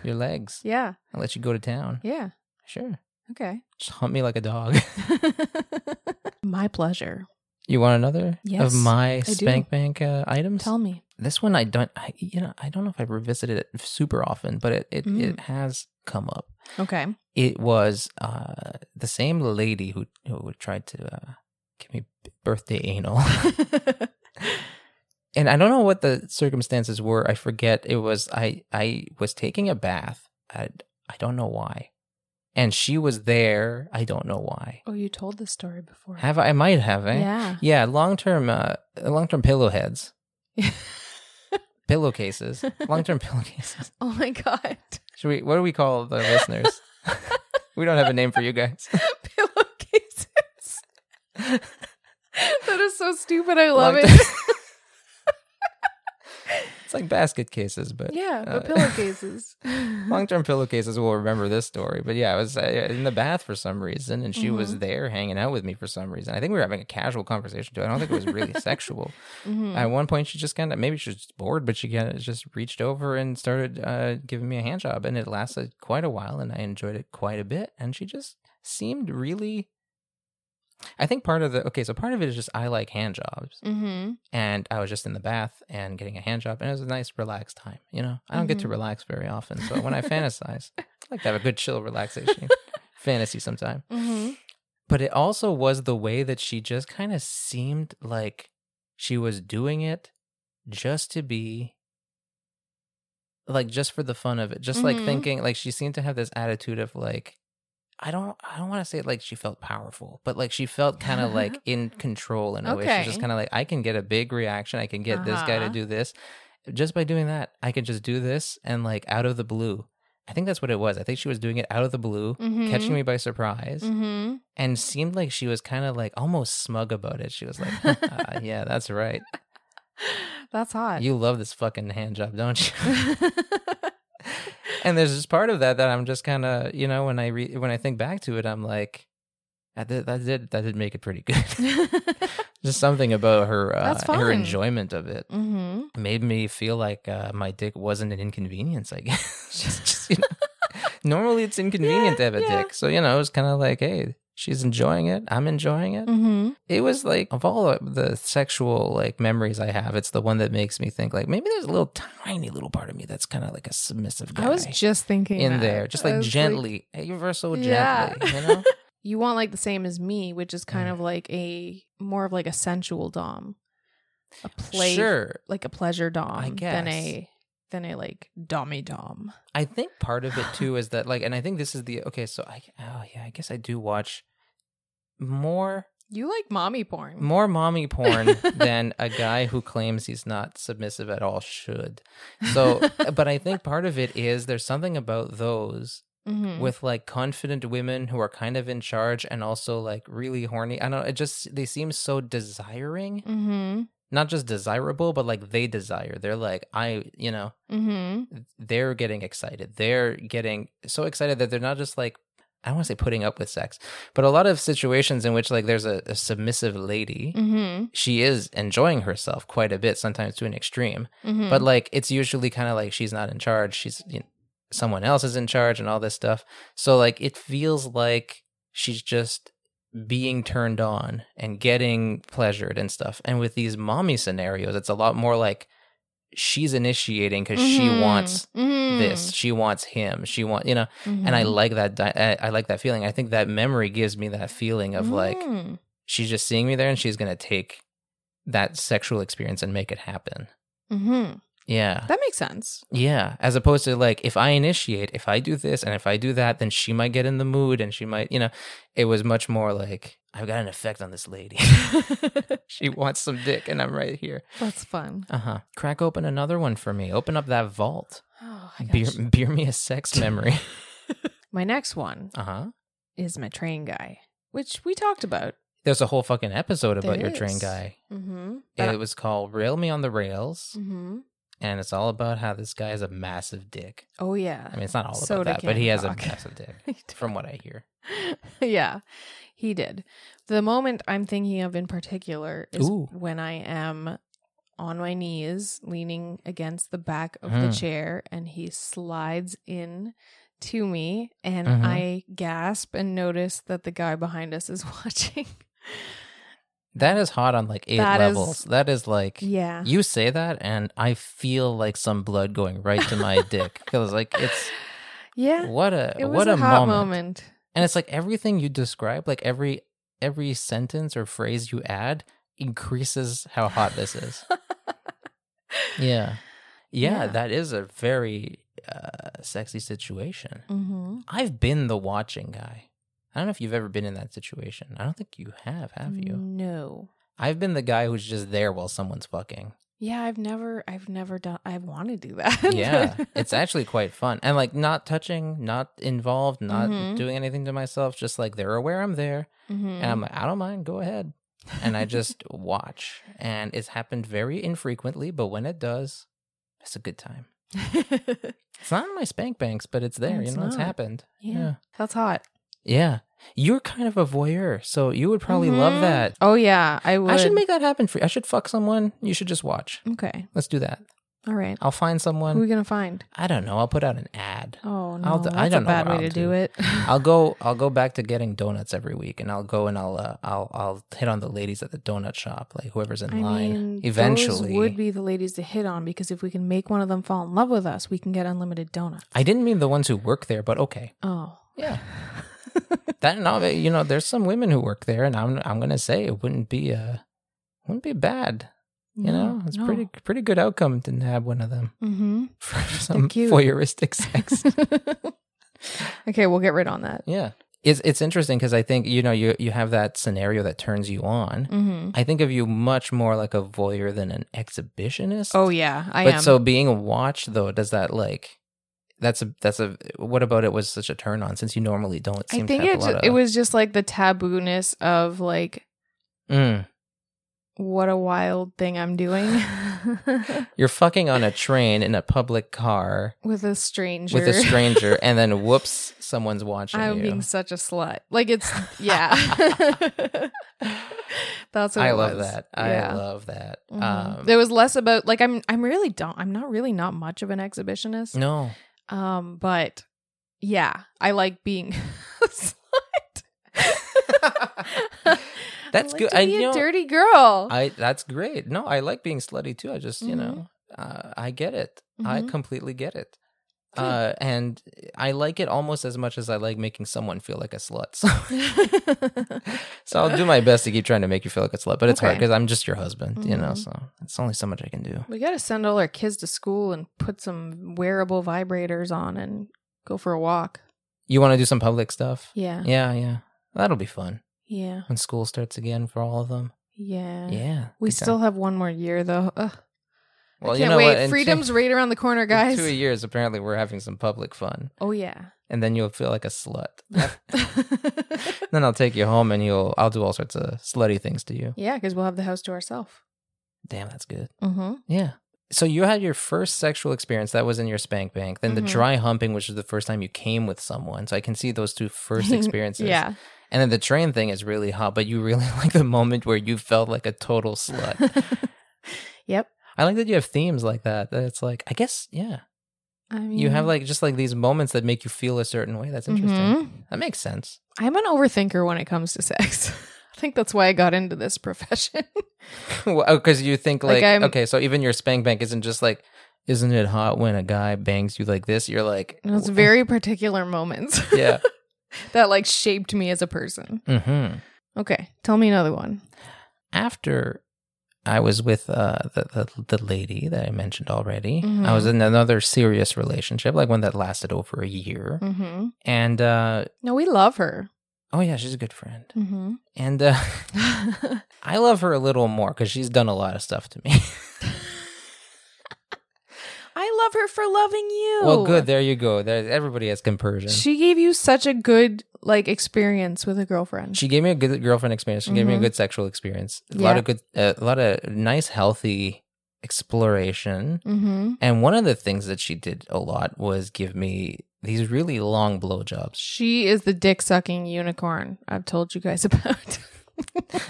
your legs. Yeah, and let you go to town. yeah. Sure. Okay. Just hump me like a dog. my pleasure. You want another Yes, of my do. spank bank uh, items? Tell me. this one I don't. I, you know, I don't know if I've revisited it super often, but it it, Mm. it has come up. Okay. It was uh, the same lady who who tried to uh, give me birthday anal. and I don't know what the circumstances were. I forget. It was I I was taking a bath. I I don't know why, and she was there. I don't know why. oh, you told this story before. Have I, I might have eh? Yeah. yeah. Long term, uh, long term pillow heads, pillowcases, long term pillowcases. oh my god. Should we? What do we call the listeners? we don't have a name for you guys. Pillowcases. that is so stupid. I love Long it. It's like basket cases, but yeah, uh, but pillowcases. Long-term pillowcases will remember this story, but yeah, I was uh, in the bath for some reason, and she Mm-hmm. was there hanging out with me for some reason. I think we were having a casual conversation too. I don't think it was really sexual. Mhm. At one point, she just kind of maybe she was just bored, but she kind of just reached over and started uh, giving me a hand job, and it lasted quite a while, and I enjoyed it quite a bit. And she just seemed really. I think part of the okay, so part of it is just I like hand jobs, Mm-hmm. and I was just in the bath and getting a hand job, and it was a nice, relaxed time. You know, I don't get to relax very often, so when I fantasize, I like to have a good, chill, relaxation fantasy sometime. Mm-hmm. But it also was the way that she just kind of seemed like she was doing it just to be like just for the fun of it just like Mhm. thinking like she seemed to have this attitude of like i don't i don't want to say like she felt powerful but like she felt kind of like in control in a way she's just Okay. kind of like i can get a big reaction i can get this guy to Uh-huh. do this just by doing that i can just do this and like out of the blue i think that's what it was i think she was doing it out of the blue Mhm. catching me by surprise Mm-hmm. and seemed like she was kind of like almost smug about it. She was like, "Ah, "Yeah, that's right. That's hot. You love this fucking hand job, don't you?" and there's this part of that that I'm just kind of, you know, when I re- when I think back to it, I'm like, that did that did, that did make it pretty good. just something about her uh, That's her fine. enjoyment of it mm-hmm. made me feel like uh, my dick wasn't an inconvenience. I guess. Just- just, you know, Normally, it's inconvenient Yeah, to have a yeah. dick, so you know, it was kind of like, hey, She's enjoying it. I'm enjoying it. Mm-hmm. It was like of all the sexual like memories I have, it's the one that makes me think like maybe there's a little tiny little part of me that's kind of like a submissive guy I was just thinking in that. there, just I like was gently. hey, you were so Yeah. gently, you know. you want like the same as me, which is kind Mm. of like a more of like a sensual dom, a play, Sure. like a pleasure dom, than guess. a than a like dommy dom. I think part of it too is that like, and I think this is the okay. So I oh yeah, I guess I do watch more You like mommy porn. more mommy porn than a guy who claims he's not submissive at all should. So, but I think part of it is there's something about those Mhm. with like confident women who are kind of in charge and also like really horny. I don't know. It just they seem so desiring, Mhm. not just desirable, but like they desire. They're like I, you know Mhm. they're getting excited. They're getting so excited that they're not just like I don't want to say putting up with sex, but a lot of situations in which like there's a, a submissive lady, Mhm. she is enjoying herself quite a bit, sometimes to an extreme. Mhm. But like it's usually kind of like she's not in charge. She's you know, someone else is in charge and all this stuff. So like it feels like she's just being turned on and getting pleasured and stuff. And with these mommy scenarios, it's a lot more like she's initiating because she Mhm. wants Mhm. this. She wants him. She want you know. And I Mhm. like that. Di- I, I like that feeling. I think that memory gives me that feeling of like Mhm. she's just seeing me there, and she's gonna take that sexual experience and make it happen. Mhm. Yeah, That makes sense. yeah. As opposed to like if I initiate, if I do this and if I do that, then she might get in the mood and she might you know. It was much more like I've got an effect on this lady. she wants some dick, and I'm right here. That's fun. Uh huh. Crack open another one for me. Open up that vault. Oh, my Beer, gosh. beer me a sex memory. My next one Uh huh. is my train guy, which we talked about. There's a whole fucking episode about There your train is. guy. Mm-hmm. It was called Rail Me on the Rails, mm-hmm. and it's all about how this guy has a massive dick. Oh yeah. I mean, it's not all Soda about that, but he can has cock. a massive dick, from what I hear. yeah, he did. The moment I'm thinking of in particular is Ooh. when I am on my knees, leaning against the back of Hmm. the chair, and he slides in to me, and Mhm. I gasp and notice that the guy behind us is watching. That is hot on like eight That is- levels. that is like yeah. you say that, and I feel like some blood going right to my dick because like it's Yeah. what a It was what a, a, hot moment. moment. and it's like everything you describe, like every every sentence or phrase you add increases how hot this is. Yeah. Yeah, Yeah. that is a very uh, sexy situation. hmm I've been the watching guy. I don't know if you've ever been in that situation. I don't think you have, have you? No. I've been the guy who's just there while someone's fucking. Yeah, I've never, I've never done. I want to do that. Yeah. but- it's actually quite fun. And like not touching, not involved, not Mhm. doing anything to myself, just like they're aware I'm there. Mhm. And I'm like, I don't mind, go ahead. And I just watch. And it's happened very infrequently, but when it does, it's a good time. It's not in my spank banks, but it's there. It's you know, it's not. happened. yeah, that's hot. Yeah. You're kind of a voyeur, so you would probably love Mhm. that. Oh yeah, I would. I should make that happen for you. I should fuck someone. You should just watch. Okay, Let's do that. all right. I'll find someone. Who are we gonna find? I don't know. I'll put out an ad. Oh Um, no, I'll d- that's I don't a know bad what way I'll to do, do. it. I'll go I'll go back to getting donuts every week and I'll go and I'll uh, I'll I'll hit on the ladies at the donut shop, like whoever's in I line. mean, Eventually. those would be the ladies to hit on because if we can make one of them fall in love with us, we can get unlimited donuts. I didn't mean the ones who work there, but okay. Oh, Yeah. that and all that, you know, there's some women who work there and I'm I'm going to say it wouldn't be uh wouldn't be bad. You know, it's pretty pretty good outcome to nab one of them Mm-hmm. for some cute. voyeuristic sex. okay, we'll get rid on that. yeah, it's it's interesting because I think you know you you have that scenario that turns you on. Mm-hmm. I think of you much more like a voyeur than an exhibitionist. Oh yeah, I but am. so being watched though, does that like? That's a that's a what about it was such a turn on since you normally don't seem I think to it have a ju- lot of, it was just like the tabooness of like Mm. what a wild thing I'm doing you're fucking on a train in a public car with a stranger. with a stranger and then whoops someone's watching I'm you. being such a slut. Like it's yeah. That's what I it love was. that. Yeah. I love that. Mhm. Um, there was less about like I'm I'm really don't I'm not really not much of an exhibitionist. no, Um but yeah, I like being a slut. That's like good. To I- be you a know- dirty girl. I that's great. No, I like being slutty too. I just Mm-hmm. you know uh, I get it. I Mhm. completely get it. Good. Uh, and I like it almost as much as I like making someone feel like a slut. So, so I'll do my best to keep trying to make you feel like a slut, but it's hard Okay. because I'm just your husband, you know. Mhm. So it's only so much I can do. we gotta send all our kids to school and put some wearable vibrators on and go for a walk. You want to do some public stuff? Yeah. Yeah, yeah. That'll be fun Yeah. when school starts again for all of them. Yeah. Yeah, We good time. still have one more year though. Ugh. Well, I can't you know wait. what? In two- Freedom's right around the corner, in guys. Two years, apparently, we're having some public fun, Oh yeah. and then you'll feel like a slut. then I'll take you home, and you'll I'll do all sorts of slutty things to you. yeah, because we'll have the house to ourselves. Damn, that's good. Mm-hmm. Yeah. So you had your first sexual experience that was in your spank bank. Then Mhm. the dry humping, which is the first time you came with someone. So I can see those two first experiences. Yeah. And then the train thing is really hot, but you really like the moment where you felt like a total slut. yep. I like that you have themes like that. That it's like, I guess, yeah. I mean, You have like just like these moments that make you feel a certain way. That's interesting. Mhm. That makes sense. I'm an overthinker when it comes to sex. I think that's why I got into this profession. Because oh, you think Like, like, I'm- okay, so even your spank bank isn't just like, isn't it hot when a guy bangs you like this? You're like, And it's very particular moments yeah. that like shaped me as a person. hmm Okay, tell me another one. after I was with uh, the, the the lady that I mentioned already, Mhm. I was in another serious relationship, like one that lasted over a year. Mm-hmm. And uh, No, we love her. oh yeah, she's a good friend, Mm-hmm. and uh, I love her a little more because she's done a lot of stuff to me. I love her for loving you. well, good, there you go. There, everybody has compersion. She, She gave you such a good like experience with a girlfriend. gave me a good girlfriend experience. She gave me a Mhm. good sexual experience. A lot Yeah. of good, uh, a lot of nice, healthy exploration. mm-hmm. And one of the things that she did a lot was give me these really long blowjobs, She is the dick sucking unicorn I've told you guys about.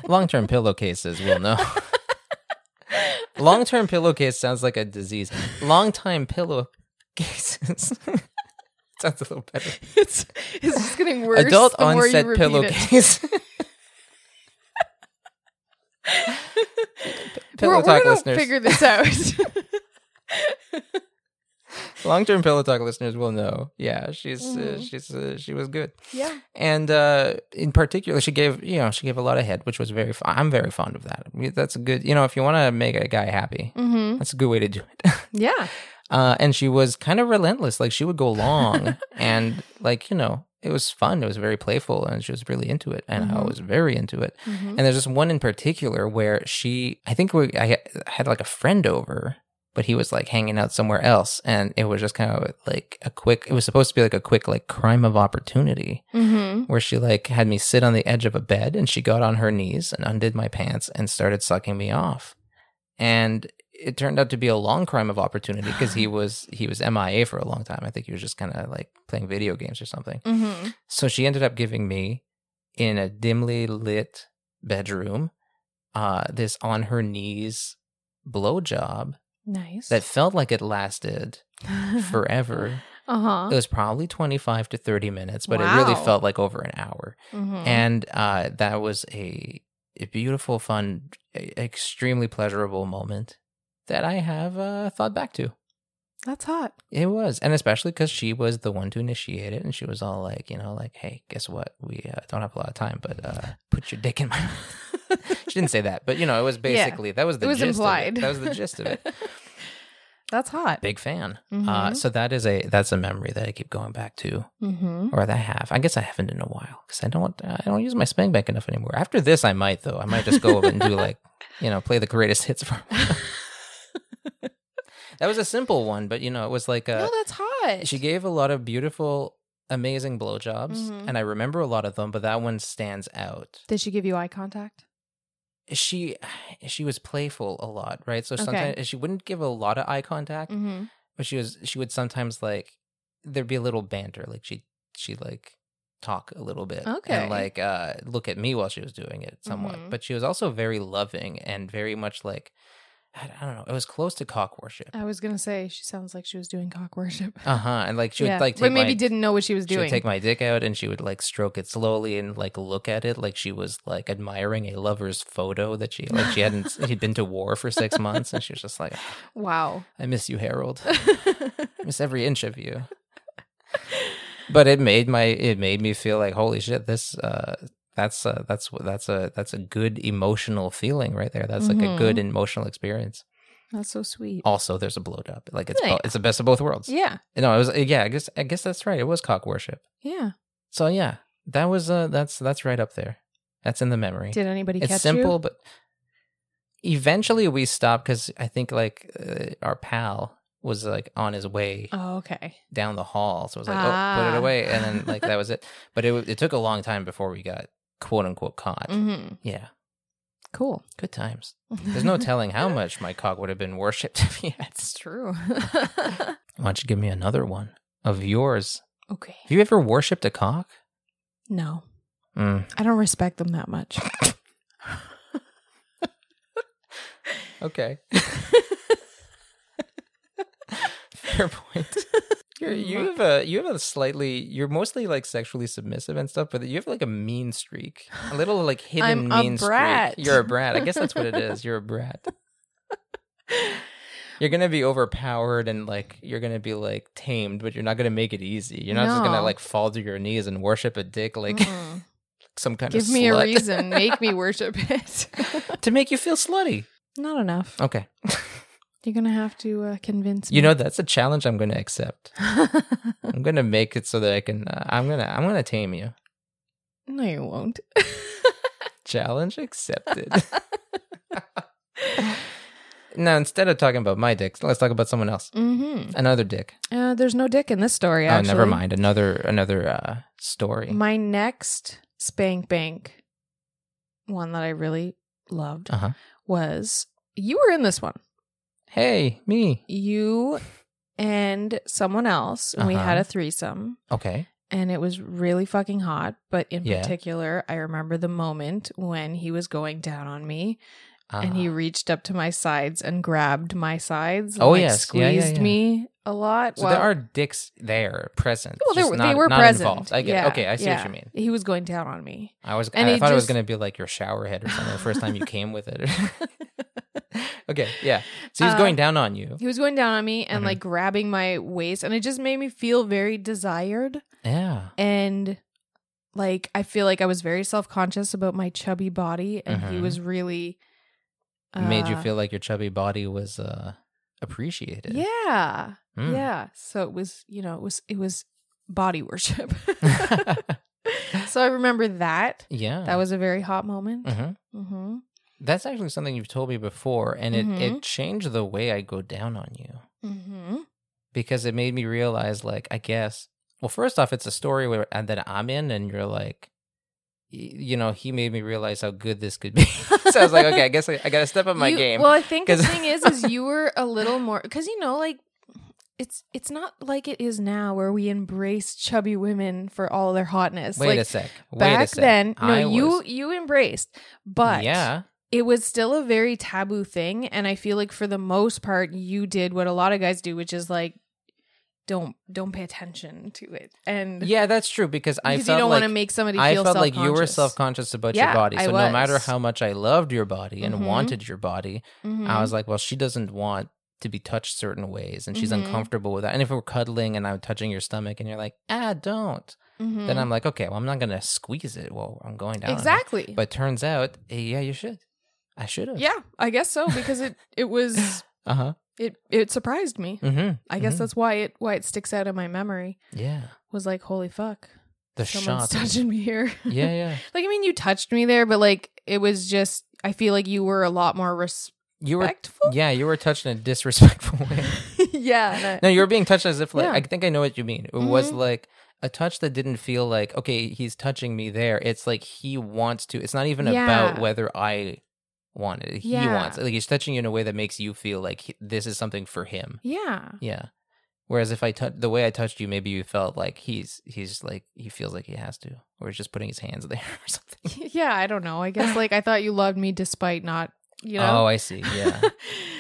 long term pillowcases. We'll know. long term pillowcase sounds like a disease. Long time pillowcases sounds a little better. it's it's just getting worse. Adult the more you onset repeat it. pillowcase. Pillow we're, talk we're gonna listeners. figure this out. Long term pillow talk listeners will know. Yeah, she's uh, Mhm. she's uh, she was good. yeah. and uh, in particular, she gave you know she gave a lot of head, which was very. F- I'm very fond of that. I mean, That's a good you know if you want to make a guy happy, Mm-hmm. that's a good way to do it. Yeah. Uh, and she was kind of relentless. Like she would go long, and like you know it was fun. It was very playful, and she was really into it, and I Mhm. was very into it. Mm-hmm. And there's this one in particular where she, I think we, I ha- had like a friend over, but he was like hanging out somewhere else, and it was just kind of like a quick. It was supposed to be like a quick like crime of opportunity Mm-hmm. where she like had me sit on the edge of a bed and she got on her knees and undid my pants and started sucking me off. And it turned out to be a long crime of opportunity because he was he was MIA for a long time. I think he was just kind of like playing video games or something. Mm-hmm. So she ended up giving me in a dimly lit bedroom uh this on her knees blowjob Nice. that felt like it lasted forever. uh huh. It was probably 25 to 30 minutes, but it really Wow. felt like over an hour Mm-hmm. and uh, that was a, a beautiful, fun, e- extremely pleasurable moment that I have uh, thought back to. that's hot. It was, and especially because she was the one to initiate it, and she was all like, you know, like, "Hey, guess what? We uh, don't have a lot of time, but uh, put your dick in my." she didn't say that, but you know, it was basically that was the it was gist of implied. That was the gist of it. that's hot. Big fan. Uh, Mhm. so that is a that's a memory that I keep going back to, Mm-hmm. or that I have. I guess I haven't in a while because I don't I don't use my spank bank enough anymore. After this, I might though. I might just go and do like you know play the greatest hits for. that was a simple one, but you know it was like no, uh that's hot. she gave a lot of beautiful, amazing blowjobs, Mhm. and I remember a lot of them. But that one stands out. Did she give you eye contact? She she was playful a lot, right? So Okay. sometimes she wouldn't give a lot of eye contact, Mm-hmm. but she was she would sometimes like there'd be a little banter like she she like talk a little bit Okay. and like uh look at me while she was doing it somewhat Mhm. but she was also very loving and very much like I I don't know. It was close to cock worship. I was gonna say she sounds like she was doing cock worship. Uh huh. And like she yeah. would like take but maybe my, didn't know what she was she would doing. take my dick out and she would like stroke it slowly and like look at it like she was like admiring a lover's photo that she like she hadn't she'd been to war for six months and she was just like wow. I miss you Harold I miss every inch of you but it made my it made me feel like holy shit this uh that's uh that's wh- that's a that's a good emotional feeling right there that's like a Mm-hmm. good emotional experience That's so sweet. also there's a blowed up like it's Yeah. bo- it's the best of both worlds Yeah. no it was yeah I guess I guess that's right it was cock worship Yeah. so yeah, that was uh that's that's right up there. That's in the memory. Did anybody it's catch simple, you? but eventually we stopped because I think like uh, our pal was like on his way Oh, okay. down the hall, so I was like, oh, put Ah. it away, and then like that was it. But it wa- it took a long time before we got quote unquote caught. Mm-hmm. Yeah, Cool. good times. There's no telling how much my cock would have been worshipped if he had. That's true. Why don't you give me another one of yours? okay. Have you ever worshipped a cock? No, Mm. I don't respect them that much. Okay. Fair point. You're, you Mm. have a you have a slightly you're mostly like sexually submissive and stuff, but you have like a mean streak, a little like hidden I'm a mean brat. streak. You're a brat. I guess that's what it is. You're a brat. You're gonna be overpowered and like you're gonna be like tamed, but you're not gonna make it easy. You're not just gonna No. like fall to your knees and worship a dick like Mm-mm. some kind of give me a slut. reason. Make me worship it. to make you feel slutty. Not enough. Okay, You're gonna have to uh, convince Oh. me. you know that's a challenge I'm gonna accept. know. I'm gonna make it so that I can. Uh, I'm gonna. I'm gonna tame you. no, you won't. Challenge accepted. now instead of talking about my dick, let's talk about someone else. Mm-hmm. Another dick. Uh, there's no dick in this story. oh, Actually. never mind. Another another uh, story. My next spank bank, one that I really loved, Uh-huh. was you were in this one. hey, me. You and someone else. We Uh-huh. had a threesome. Okay. and it was really fucking hot. But in Yeah. particular, I remember the moment when he was going down on me Uh, and he reached up to my sides and grabbed my sides. And, Oh, like, yes. Yeah, squeezed yeah, yeah. me a lot. So there are dicks there present. well, there just were- not- they were not present. Involved. I get. Yeah, okay, I see yeah. what you mean. He was going down on me. I was. And I he thought it was just- gonna be like your shower head or something. The first time you came with it. okay. Yeah. So he's Uh, going down on you. He was going down on me and Mhm. like grabbing my waist, and it just made me feel very desired Yeah. and. Like I feel like I was very self conscious about my chubby body, and he Mhm. was really made you uh, feel like your chubby body was uh appreciated. Yeah, Mm. Yeah. So it was, you know, it was it was body worship. so I remember that. yeah. That was a very hot moment. hmm Mm-hmm. That's actually something you've told me before and it Mhm. it changed the way I go down on you Mm-hmm. because it made me realize like I guess well first off it's a story where and that I'm in and you're like y- you know he made me realize how good this could be. so I was like okay, I guess I, I got to step up my You- game. Well, I think the 'Cause- thing is, is you were a little more because you know, like it's it's not like it is now where we embrace chubby women for all their hotness. Wait like a sec. Wait a back sec. then, no, I you was- you embraced, but yeah, it was still a very taboo thing and i feel like for the most part you did what a lot of guys do which is like don't don't pay attention to it and yeah, that's true because I because you felt don't like want to make somebody I feel felt like you self-conscious. were self conscious about Yeah, your body. I So no matter was. how much I loved your body and Mhm. wanted your body, Mhm. I was like, well, she doesn't want to be touched certain ways and she's Mhm. uncomfortable with that. And if we're cuddling and I'm touching your stomach and you're like, ah, don't, Mhm. then I'm like, okay, well, I'm not going to squeeze it while I'm going down. on it." exactly But turns out, eh, yeah, you should. I should have. yeah i guess so because it it was Uh huh. it it surprised me Mm-hmm. i guess that's why it why it sticks out in my memory Yeah. was like holy fuck The shot. someone's touching me here yeah, yeah. like i mean you touched me there but like it was just i feel like you were a lot more You were. respectful Yeah, you were touched in a disrespectful way. yeah and I- No, you were being touched as if like Yeah. I think I know what you mean. It was Mhm. like a touch that didn't feel like okay, he's touching me there. It's like he wants to. It's not even about Yeah. whether I want it. He Yeah. wants. it. Like he's touching you in a way that makes you feel like he- this is something for him. yeah Yeah. Whereas if I touch the way I touched you, maybe you felt like he's he's like he feels like he has to, or he's just putting his hands there or something. yeah, I don't know. I guess like I thought you loved me despite not You know? Oh, I see. Yeah.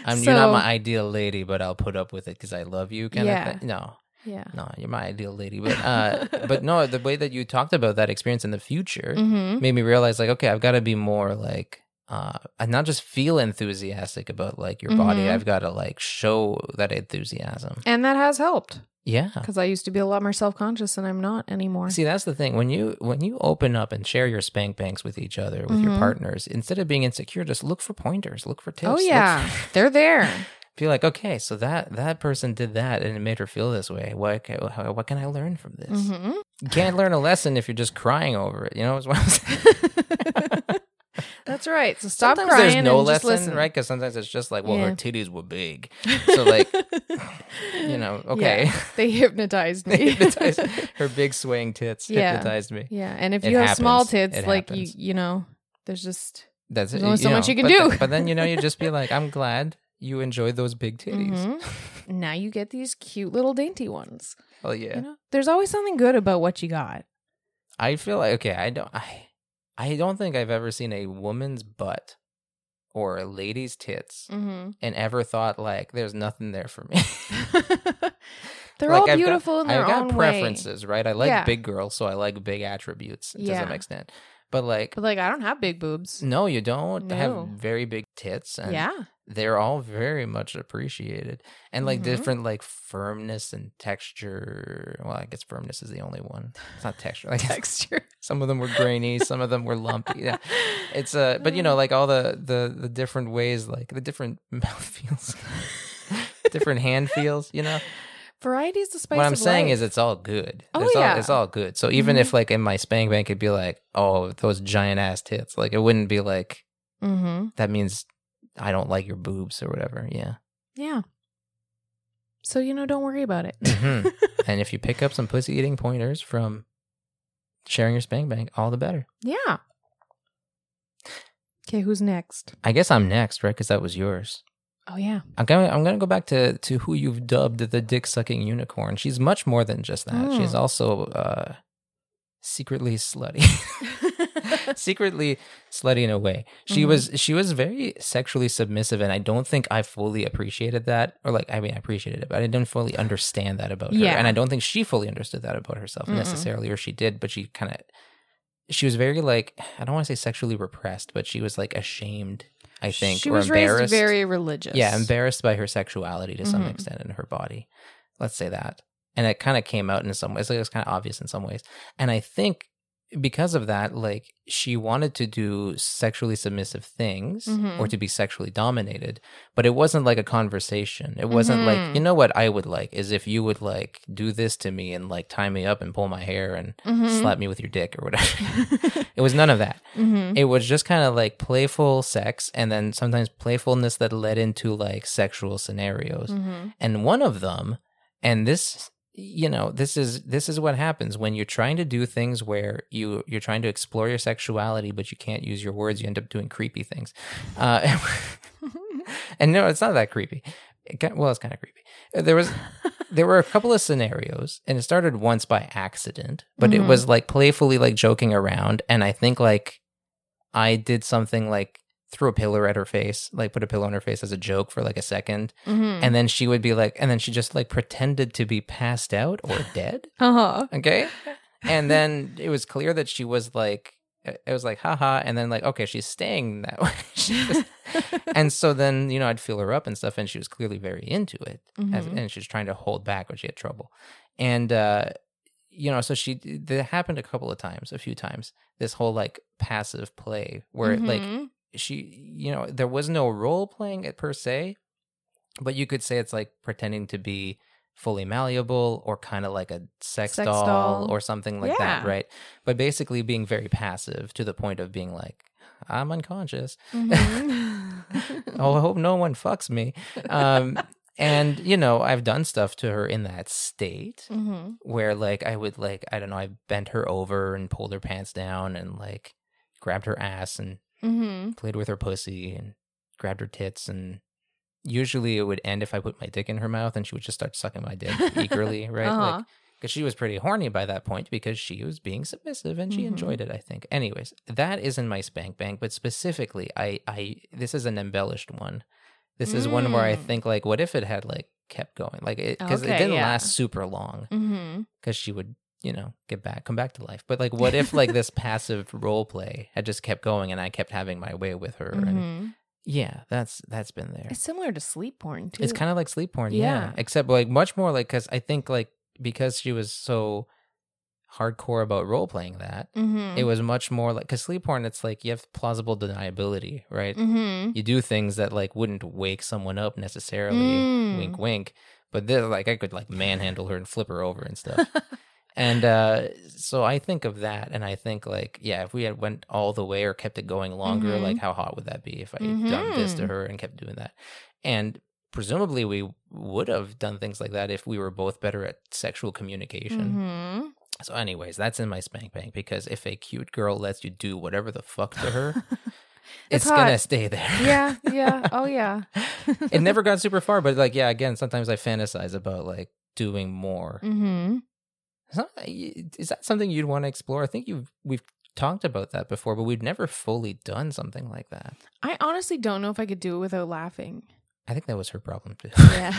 I'm, you're not my ideal lady, but I'll put up with it because I love you kind Yeah. of thing. No, yeah. no, you're my ideal lady. But, uh, but no, the way that you talked about that experience in the future Mm-hmm. made me realize, like, okay, I've got to be more like, uh, and not just feel enthusiastic about like your body. Mhm. I've got to like show that enthusiasm. And that has helped Yeah. because I used to be a lot more self conscious and I'm not anymore. See, that's the thing. When you when you open up and share your spank banks with each other, with your Mhm. partners, instead of being insecure, just look for pointers, look for tips. oh, look yeah. for- They're there. Feel like okay, so that that person did that, and it made her feel this way. What ca- how- what can I learn from this? hmm You can't learn a lesson if you're just crying over it. You know, it's one of those- That's right. So stop sometimes crying There's no and just lesson, listen. right? Because sometimes it's just like, well, her Yeah. titties were big, so like, you know, okay, They hypnotized me. They hypnotized- her big swaying tits Yeah. hypnotized me. Yeah, and if It you have small happens. tits, It like happens. you, you know, there's just That's There's it, only so much you can but do. th- but then you know, you just be like, I'm glad you enjoyed those big titties. Mhm. now you get these cute little dainty ones. Oh yeah, You know, there's always something good about what you got. I feel like okay. I don't. I I don't think I've ever seen a woman's butt or a lady's tits Mm-hmm. and ever thought like, there's nothing there for me. They're Like, all I've got- beautiful in their I've got own way. preferences, right? I like Yeah. big girls, so I like big attributes to some Yeah. extent. But like, But like, I don't have big boobs. no, you don't No. have very big tits. And yeah, they're all very much appreciated and like Mhm. different like firmness and texture well i guess firmness is the only one it's not texture like texture. some of them were grainy some of them were lumpy yeah it's uh but you Mm. know like all the the the different ways like the different mouth feels different hand feels you know Variety is the spice. what i'm of saying is life. it's all good Oh, it's yeah. Mm-hmm. all it's all good so even if like in my spank bank it'd be like oh those giant ass tits like it wouldn't be like Mm-hmm. that means i don't like your boobs or whatever yeah Yeah. So you know, don't worry about it. Mhm. and if you pick up some pussy eating pointers from sharing your spank bank, all the better. yeah. Okay, who's next? I guess I'm next, right? Because that was yours. Oh yeah. I'm gonna I'm gonna go back to to who you've dubbed the dick sucking unicorn. She's much more than just that. Mm. She's also uh, secretly slutty, secretly slutty in a way. She Mhm. was she was very sexually submissive, and I don't think I fully appreciated that, or like I mean I appreciated it, but I didn't fully understand that about Yeah. her, and I don't think she fully understood that about herself Mm-mm. necessarily, or she did, but she kind of she was very like I don't want to say sexually repressed, but she was like ashamed. I think she or was embarrassed. raised very religious. Yeah, embarrassed by her sexuality to some Mhm. extent in her body. Let's say that. And it kind of came out in some ways. Like, it was kind of obvious in some ways. And I think because of that, like she wanted to do sexually submissive things Mhm. or to be sexually dominated, but it wasn't like a conversation. It wasn't Mhm. like, you know what I would like is if you would like do this to me and like tie me up and pull my hair and Mhm. slap me with your dick or whatever. it was none of that Mhm. it was just kind of like playful sex and then sometimes playfulness that led into like sexual scenarios Mhm. and one of them and this you know this is this is what happens when you're trying to do things where you you're trying to explore your sexuality but you can't use your words you end up doing creepy things uh, and no it's not that creepy It ki- well it's kind of creepy there was there were a couple of scenarios and it started once by accident but Mhm. it was like playfully like joking around and i think like i did something like threw a pillow at her face like put a pillow on her face as a joke for like a second Mhm. and then she would be like and then she just like pretended to be passed out or dead uh-huh. okay and then it was clear that she was like it was like haha and then like okay she's staying that way She just- and so then you know i'd feel her up and stuff and she was clearly very into it as- Mhm. and she was trying to hold back when she had trouble and uh you know so she that happened a couple of times a few times this whole like passive play where like Mhm. she you know there was no role playing it per se but you could say it's like pretending to be fully malleable or kind of like a sex, Sex doll, doll. or something like that Yeah. right but basically being very passive to the point of being like i'm unconscious Mhm. oh i hope no one fucks me um and you know i've done stuff to her in that state Mhm. where like I would like I don't know I bent her over and pulled her pants down and like grabbed her ass and Mhm. played with her pussy and grabbed her tits and usually it would end if I put my dick in her mouth and she would just start sucking my dick eagerly right Uh-huh. like because she was pretty horny by that point because she was being submissive and she Mhm. enjoyed it. I think. Anyways, that is in my spank bank, but specifically, I I this is an embellished one. This is one where I Mm. think like, what if it had like kept going, like it because it Okay, didn't yeah. last super long Mm-hmm. because she would you know get back come back to life but like what if like this passive role play had just kept going and i kept having my way with her Mm-hmm. and yeah that's that's been there It's similar to sleep porn too. it's kind of like sleep porn, yeah. Yeah. Except like much more like because I think like because she was so hardcore about role playing that Mm-hmm. it was much more like because sleep porn it's like you have plausible deniability, right? Mm-hmm. You do things that like wouldn't wake someone up necessarily, Mm. wink wink. But this like I could like manhandle her and flip her over and stuff. and uh so I think of that and I think like yeah, if we had went all the way or kept it going longer, Mhm. like how hot would that be if I had done this to Mhm. her and kept doing that? And presumably we would have done things like that if we were both better at sexual communication. mm-hmm. So anyways, that's in my spank bank because if a cute girl lets you do whatever the fuck to her, it's, It's gonna hot. stay there. yeah, yeah. Oh yeah. it never got super far, but like yeah, again, sometimes I fantasize about like doing more. Mm-hmm. Some- Is that something you'd want to explore? I think you've we've talked about that before, but we've never fully done something like that. I honestly don't know if I could do it without laughing. I think that was her problem too. Yeah.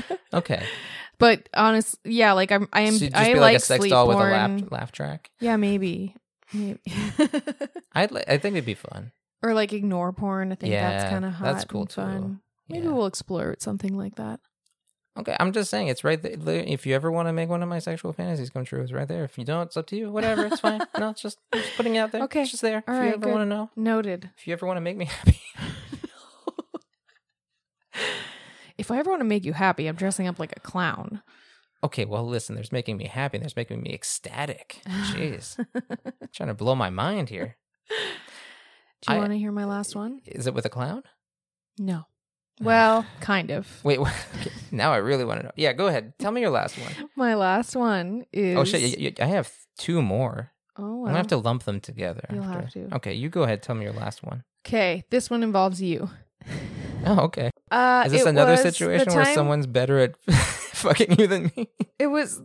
okay, but honest, yeah, like I'm. I am. So you'd just I be like, a sex sleep doll with a porn. laugh laugh track. Yeah, maybe. Maybe. I'd li- I think it'd be fun. or like ignore porn. I think Yeah, that's kind of hot. that's cool and too. Fun. Maybe Yeah. we'll explore with something like that. Okay, I'm just saying it's right there. If you ever want to make one of my sexual fantasies come true, it's right there. If you don't, it's up to you. Whatever, it's fine. No, it's just, I'm just putting it out there. Okay, it's just there. all if you right, ever good. want to know, Noted. if you ever want to make me happy, If I ever want to make you happy, I'm dressing up like a clown. okay. Well, listen, there's making me happy. and There's making me ecstatic. Jeez, trying to blow my mind here. Do you I- want to hear my last one? Is it with a clown? No. Well, kind of. Wait, what? Okay, now I really want to know. Yeah, go ahead. Tell me your last one. My last one is. Oh shit, y- y- I have two more. Oh, I'm gonna have to lump them together. You'll after. have to. Okay, you go ahead. Tell me your last one. Okay, this one involves you. Oh, okay. Uh, Is this it another was the situation where time- someone's better at fucking you than me? It was.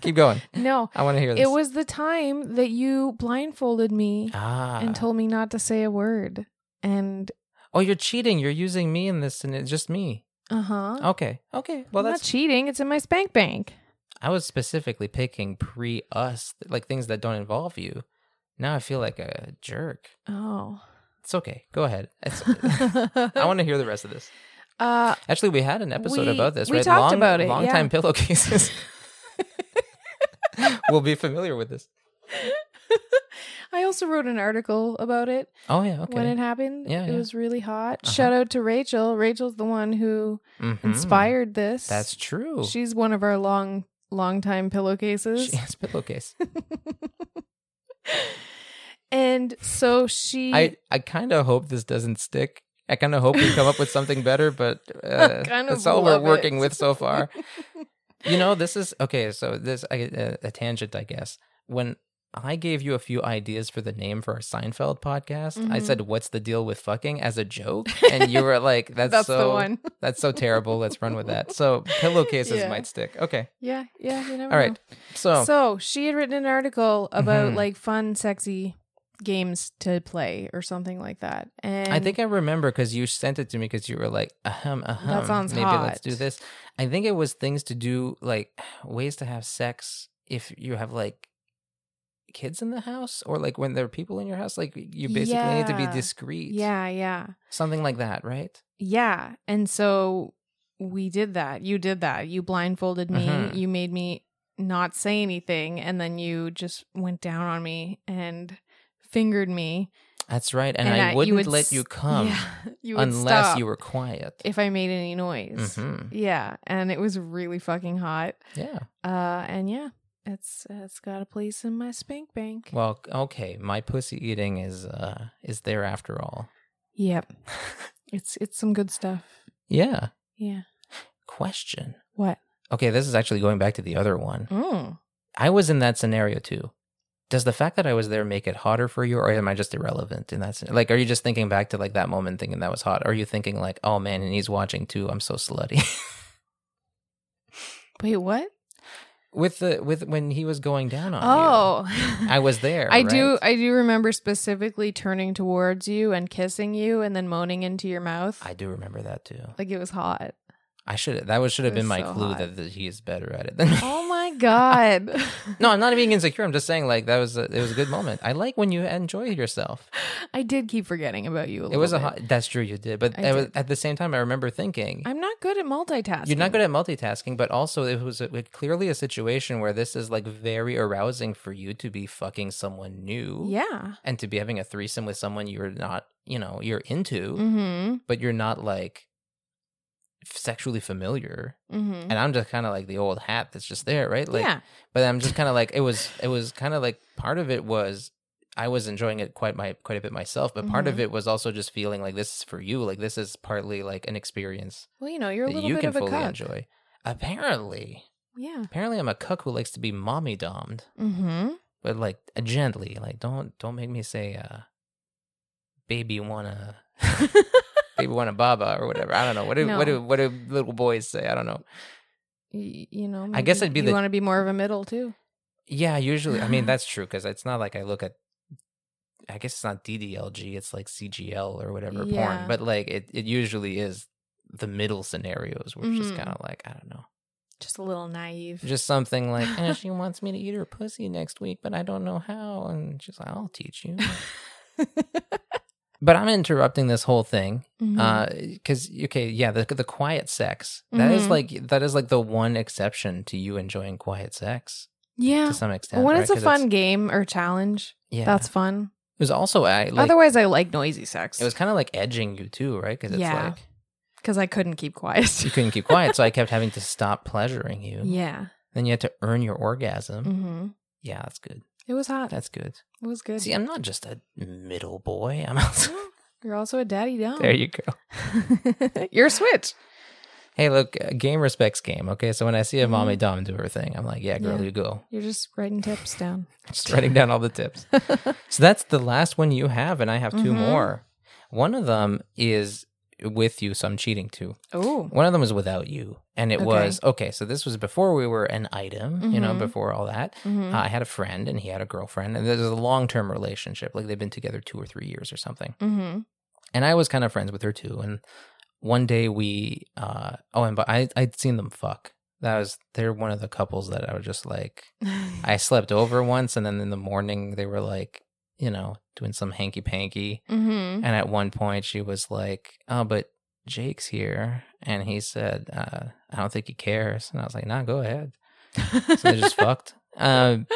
Keep going. no, I want to hear this. it was the time that you blindfolded me ah. and told me not to say a word. And oh, you're cheating. You're using me in this, and it's just me. uh huh. Okay. Okay. Oh, Well, Well, that's that's. not cheating. It's in my spank bank. I was specifically picking pre us, like things that don't involve you. Now I feel like a jerk. Oh. It's okay. Go ahead. It's, I I want to hear the rest of this. Oh. Uh, Actually, we had an episode We- about this, we right? talked long, about it, Long yeah. time pillowcases. we'll be familiar with this. I also wrote an article about it Oh yeah. Okay. when it happened. Yeah, it yeah. was really hot. Uh-huh. Shout out to Rachel. Rachel's the one who Mhm. inspired this. That's true. She's one of our long, long time pillowcases. She has pillowcase. and so she. I, I kind of hope this doesn't stick. I kind of hope we come up with something better, but uh, kind that's of all we're love working it. with so far. you know, this is okay. So this I, uh, a tangent, I guess. When I gave you a few ideas for the name for our Seinfeld podcast, I Mhm. said, "What's the deal with fucking?" as a joke, and you were like, "That's, That's so the one. that's so terrible. Let's run with that." So pillowcases Yeah. might stick. Okay, Yeah, yeah. You never all right. know. So, So she had written an article about Mhm. like fun, sexy games to play or something like that. And I think I remember because you sent it to me because you were like, ahem, ahem. sounds Maybe let's hot." do this. I think it was things to do, like ways to have sex if you have like kids in the house or like when there are people in your house. Like you basically need to be Yeah. discreet. Yeah, yeah. Something like that, right? Yeah. And so we did that. You did that. You blindfolded me. Mhm. You made me not say anything. And then you just went down on me and fingered me. That's right. And, And I- I, you wouldn't would let s- you come yeah. You would unless stop you were quiet. If I made any noise. Mhm. Yeah. And it was really fucking hot. Yeah. Uh, and yeah, it's it's got a place in my spank bank. Well, okay. My pussy eating is uh is there after all. yep, it's it's some good stuff. Yeah. Yeah. Question. What? Okay, this is actually going back to the other one. Mm. I was in that scenario too. Does the fact that I was there make it hotter for you, or am I just irrelevant in that? Sen- like, are you just thinking back to like that moment, thinking that was hot? Or are you thinking like, oh man, and he's watching too? I'm so slutty. Wait, what? with the with when he was going down on you. Oh, I was there. I do. right? I do remember specifically turning towards you and kissing you, and then moaning into your mouth. I do remember that too. like it was hot. I should that was should have It was been my so clue hot. that, that he is better at it than me. Oh my god. No, I'm not being insecure. I'm just saying like that was a, it was a good moment. I like when you enjoy yourself. I did keep forgetting about you. A It little was a bit. hot. That's true. You did, but I it was- did. at the same time, I remember thinking I'm not good at multitasking. you're not good at multitasking, but also it was a, clearly a situation where this is like very arousing for you to be fucking someone new. Yeah. And to be having a threesome with someone you're not, you know, you're into, Mm but you're not like sexually familiar. hmm. Mm hmm. And I'm just kind of like the old hat that's just there, right? Like, yeah. but I'm just kind of like it was it was kind of like part of it was I was enjoying it quite my quite a bit myself, but part of Mhm. it was also just feeling like this is for you, like this is partly like an experience Well, you know, you're a that little you bit can of a fully cuck. enjoy. Apparently, Yeah. apparently I'm a cuck who likes to be mommy dommed, Mm hmm. but like uh, gently, like don't don't make me say uh baby wanna baby wanna baba or whatever. I don't know. What do what No. do what do little boys say? I don't know. Y- you know, I guess maybe it'd be you the- want to be more of a middle too. Yeah, usually. I mean, that's true because it's not like I look at. I guess it's not DDLG. It's like CGL or whatever Yeah. porn. But like it, it usually is the middle scenarios, which is Mhm. kind of like I don't know, Just a little naive. just something like eh, she wants me to eat her pussy next week, but I don't know how, and she's like, I'll teach you. But I'm interrupting this whole thing Mhm. uh, because okay, yeah, the the quiet sex that is Mhm. like that is like the one exception to you enjoying quiet sex yeah. to some extent. When right? it's Uh, a 'Cause fun game or challenge, yeah, that's fun. it was also I like, Otherwise, I like noisy sex It was kind of like edging you too, right? Because it's Yeah. like because I couldn't keep quiet. you couldn't keep quiet, so I kept having to stop pleasuring you. yeah. Then you had to earn your orgasm. Mm-hmm. Yeah, that's good. It was hot. That's good. It was good. See, I'm not just a middle boy. I'm also You're also a daddy dom. there. You go. You're a switch. Hey, look, uh, game respects game. Okay, so when I see a mommy Mhm. dom do her thing, I'm like, yeah, girl, Yeah. you go. You're just writing tips down. Just writing down all the tips. so that's the last one you have, and I have 2 Mhm. more. One of them is with you, so I'm cheating too. Oh. One of them was without you, and it Okay. was okay. So this was before we were an item, you know, Mhm. before all that. Uh, Mhm. I had a friend, and he had a girlfriend, and this was a long-term relationship. Like they've been together two or three years or something. Mm-hmm. And I was kind of friends with her too. And one day we, uh, oh, and but I I'd seen them fuck. That was they're one of the couples that I was just like I slept over once, and then in the morning they were like, you know, doing some hanky panky. mm-hmm. And at one point, she was like, "Oh, but Jake's here," and he said, uh, "I don't think he cares." And I was like, "Nah, go ahead." So they just fucked. Um,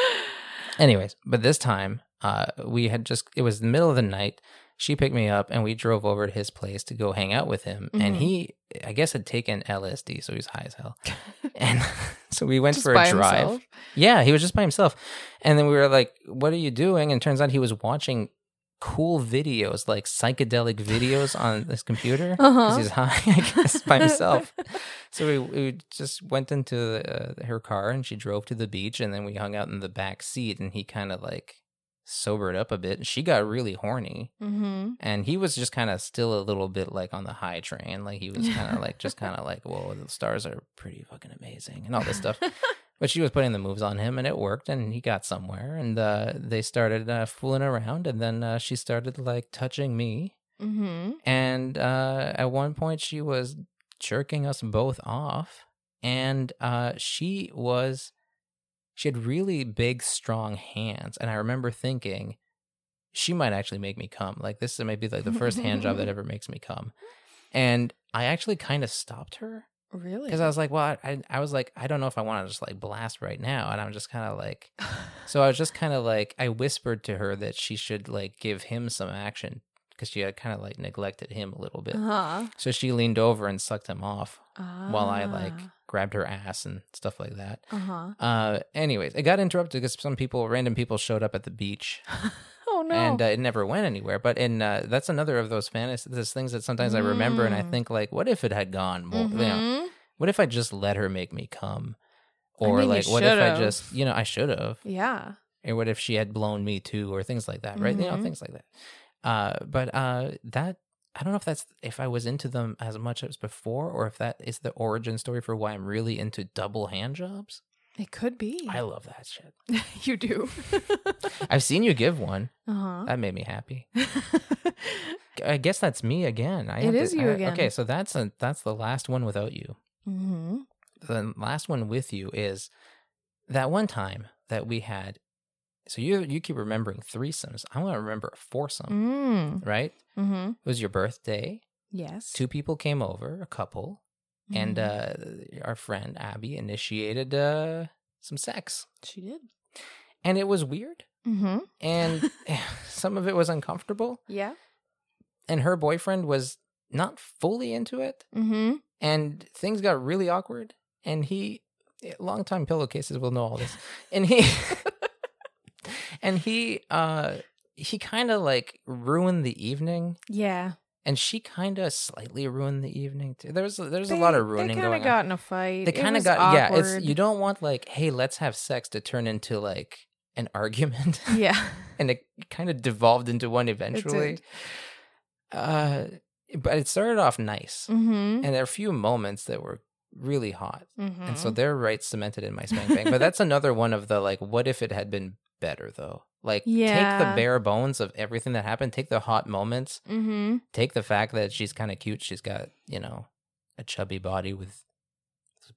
anyways, but this time, uh, we had just it was the middle of the night. She picked me up, and we drove over to his place to go hang out with him. And Mhm. he, I guess, had taken LSD, so he was high as hell. And so we went Just for by a drive. himself. Yeah, he was just by himself. And then we were like, what are you doing? And turns out he was watching cool videos, like psychedelic videos on his computer. Because Uh-huh. he's high, I guess, by himself. so we, we just went into the, uh, her car and she drove to the beach. And then we hung out in the back seat and he kind of like sobered up a bit. And she got really horny. Mm-hmm. And he was just kind of still a little bit like on the high train. Like he was kind of like, just kind of like, whoa, the stars are pretty fucking amazing and all this stuff. But she was putting the moves on him, and it worked, and he got somewhere. And uh, they started uh, fooling around, and then uh, she started like touching me. mm-hmm. And uh, at one point, she was jerking us both off, and uh, she was she had really big, strong hands. And I remember thinking she might actually make me cum. Like this may be like the first hand job that ever makes me cum. And I actually kind of stopped her Really? because I was like, well, I, I, I was like, I don't know if I want to just like blast right now, and I'm just kind of like, so I was just kind of like, I whispered to her that she should like give him some action because she had kind of like neglected him a little bit. uh-huh. So she leaned over and sucked him off while I like Ah. grabbed her ass and stuff like that. Uh-huh. Uh, anyways, it got interrupted because some people, random people, showed up at the beach, Oh no. and uh, it never went anywhere. But in uh, that's another of those fantasies, those things that sometimes I remember, and I Mm. think like, what if it had gone more? You know, Mhm. what if I just let her make me come? I Or mean, you like, what if I should've. just, you know, I should have. Yeah. Or what if she had blown me too, or things like that, right? You know, Mhm. things like that. Uh, but uh, that I don't know if that's if I was into them as much as before, or if that is the origin story for why I'm really into double hand jobs. It could be. I love that shit. you do. I've seen you give one. uh That made me happy. huh. I guess that's me again. I It have to- is you I- again. Okay, so that's a, that's the last one without you. mm-hmm. Um, The last one with you is that one time that we had. So you you keep remembering threesomes. I want to remember a foursome, Mm. right? Mm-hmm. It was your birthday. Yes. Two people came over, a couple, and Mhm. uh, our friend Abby initiated uh, some sex, she did. and it was weird, Mm-hmm. and some of it was uncomfortable, Yeah. and her boyfriend was not fully into it. Mm-hmm. and things got really awkward and he long time pillowcases will know all this and he and he uh he kind of like ruined the evening Yeah. and she kind of slightly ruined the evening too there's there's a lot of ruining They kind going of got on in a fight. they It kind of was got yeah awkward. it's you don't want like hey let's have sex to turn into like an argument Yeah. and it kind of devolved into one eventually did. uh but it started off nice Mm-hmm. and there are a few moments that were really hot mm-hmm. and so they're right cemented in my spank bank. But that's another one of the like, what if it had been better though? Like, take the Yeah. bare bones of everything that happened, take the hot moments, Mm-hmm. take the fact that she's kind of cute. She's got, you know, a chubby body with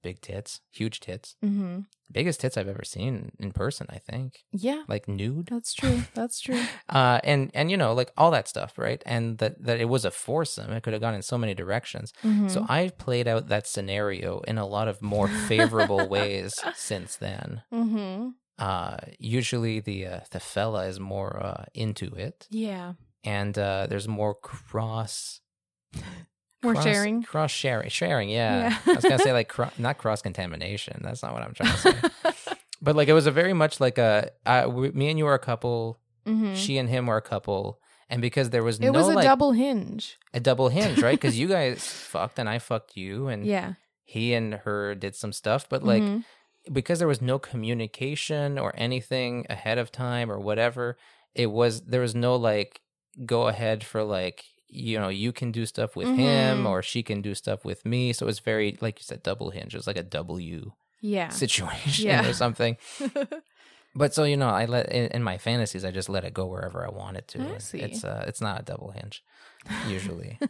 big tits, huge tits, Mm-hmm. biggest tits I've ever seen in person, I think, Yeah. like nude. That's true. That's true. Uh, and, and, you know, like all that stuff, right? And that, that it was a foursome. It could have gone in so many directions. Mm-hmm. So I've played out that scenario in a lot of more favorable ways since then. mm-hmm. uh usually the uh, the fella is more uh into it Yeah. and uh there's more cross More cross- sharing. cross sharing sharing yeah, Yeah. i was gonna say like cro- not cross contamination that's not what i'm trying to say but like it was a very much like a uh, w- me and you were a couple mm-hmm. she and him were a couple and because there was It no was a like double hinge. a double hinge right because you guys fucked and i fucked you and Yeah. he and her did some stuff but like Mhm. because there was no communication or anything ahead of time or whatever it was there was no like go ahead for like you know you can do stuff with him Mhm. or she can do stuff with me so it was very like you said double hinge it was like a w Yeah. situation Yeah. or something but so you know i let in, in my fantasies i just let it go wherever i wanted to I and see. it's uh it's not a double hinge usually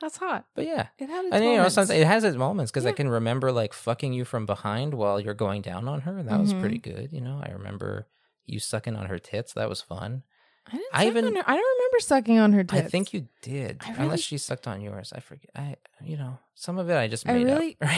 That's hot. but yeah It had its and you know moments. something it has its moments because i Yeah. can remember like fucking you from behind while you're going down on her and that was Mhm. pretty good you know i remember you sucking on her tits that was fun I didn't I suck even- on her. I don't remember sucking on her tits. i think you did I really- unless she sucked on yours i forget i you know some of it i just I made really- up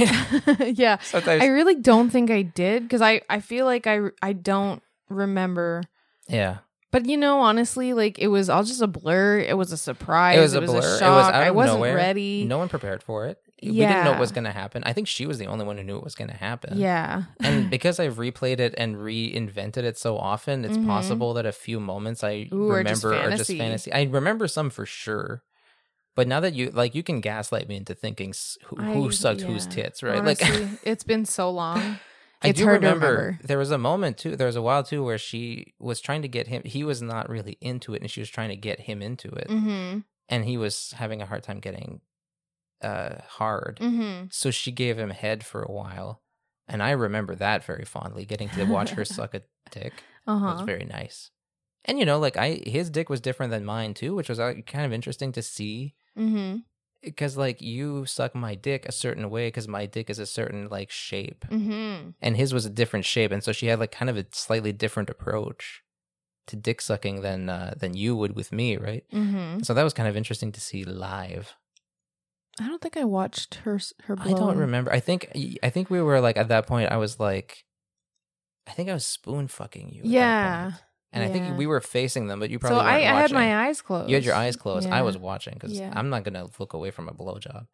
right yeah. sometimes I really don't think I did because I, I feel like I, I don't remember. yeah But you know, honestly, like it was all just a blur. It was a surprise. it was a blur it was out shock. I of wasn't nowhere ready. no one prepared for it we didn't know Yeah. what was going to happen i think she was the only one who knew it was going to happen Yeah. and because I've replayed it and reinvented it so often, it's Mhm. possible that a few moments I Ooh, remember are just are just fantasy. fantasy. I remember some for sure, but now that you like, you can gaslight me into thinking s- who, who I- sucked whose yeah. tits, right? like, Honestly, it's been so long. I it's do hard to remember, remember. there was a moment too. There was a while too where she was trying to get him. He was not really into it, and she was trying to get him into it, Mm-hmm. and he was having a hard time getting uh hard. Mm-hmm. So she gave him head for a while. And I remember that very fondly, getting to watch her suck a dick. Uh It was huh. very nice. And you know, like I his dick was different than mine too, which was uh, kind of interesting to see Mm-hmm. because like you suck my dick a certain way because my dick is a certain like shape Mm-hmm. and his was a different shape and so she had like kind of a slightly different approach to dick sucking than uh, than you would with me, right? Mm-hmm. So that was kind of interesting to see live. I don't think I watched her s- her. I don't blowing. remember. I think I think we were like at that point I was like I think I was spoon fucking you. at that Yeah. point. And I Yeah. think we were facing them, but you So probably I, I weren't had watching. my eyes closed. You had your eyes closed. I Yeah. was watching because Yeah. I'm not gonna look away from a blowjob.